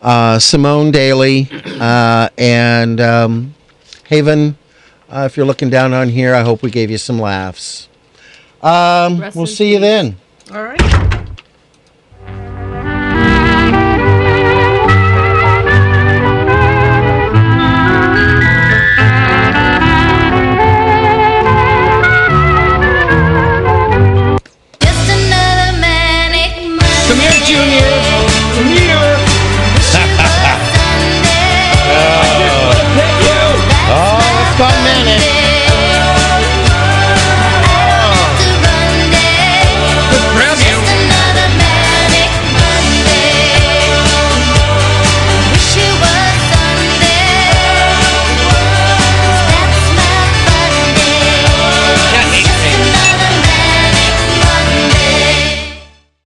Speaker 1: uh, Simone Daly uh, and um, Haven. Uh, if you're looking down on here, I hope we gave you some laughs. Um,
Speaker 3: Rest
Speaker 1: we'll
Speaker 3: in
Speaker 1: see you then.
Speaker 3: All right.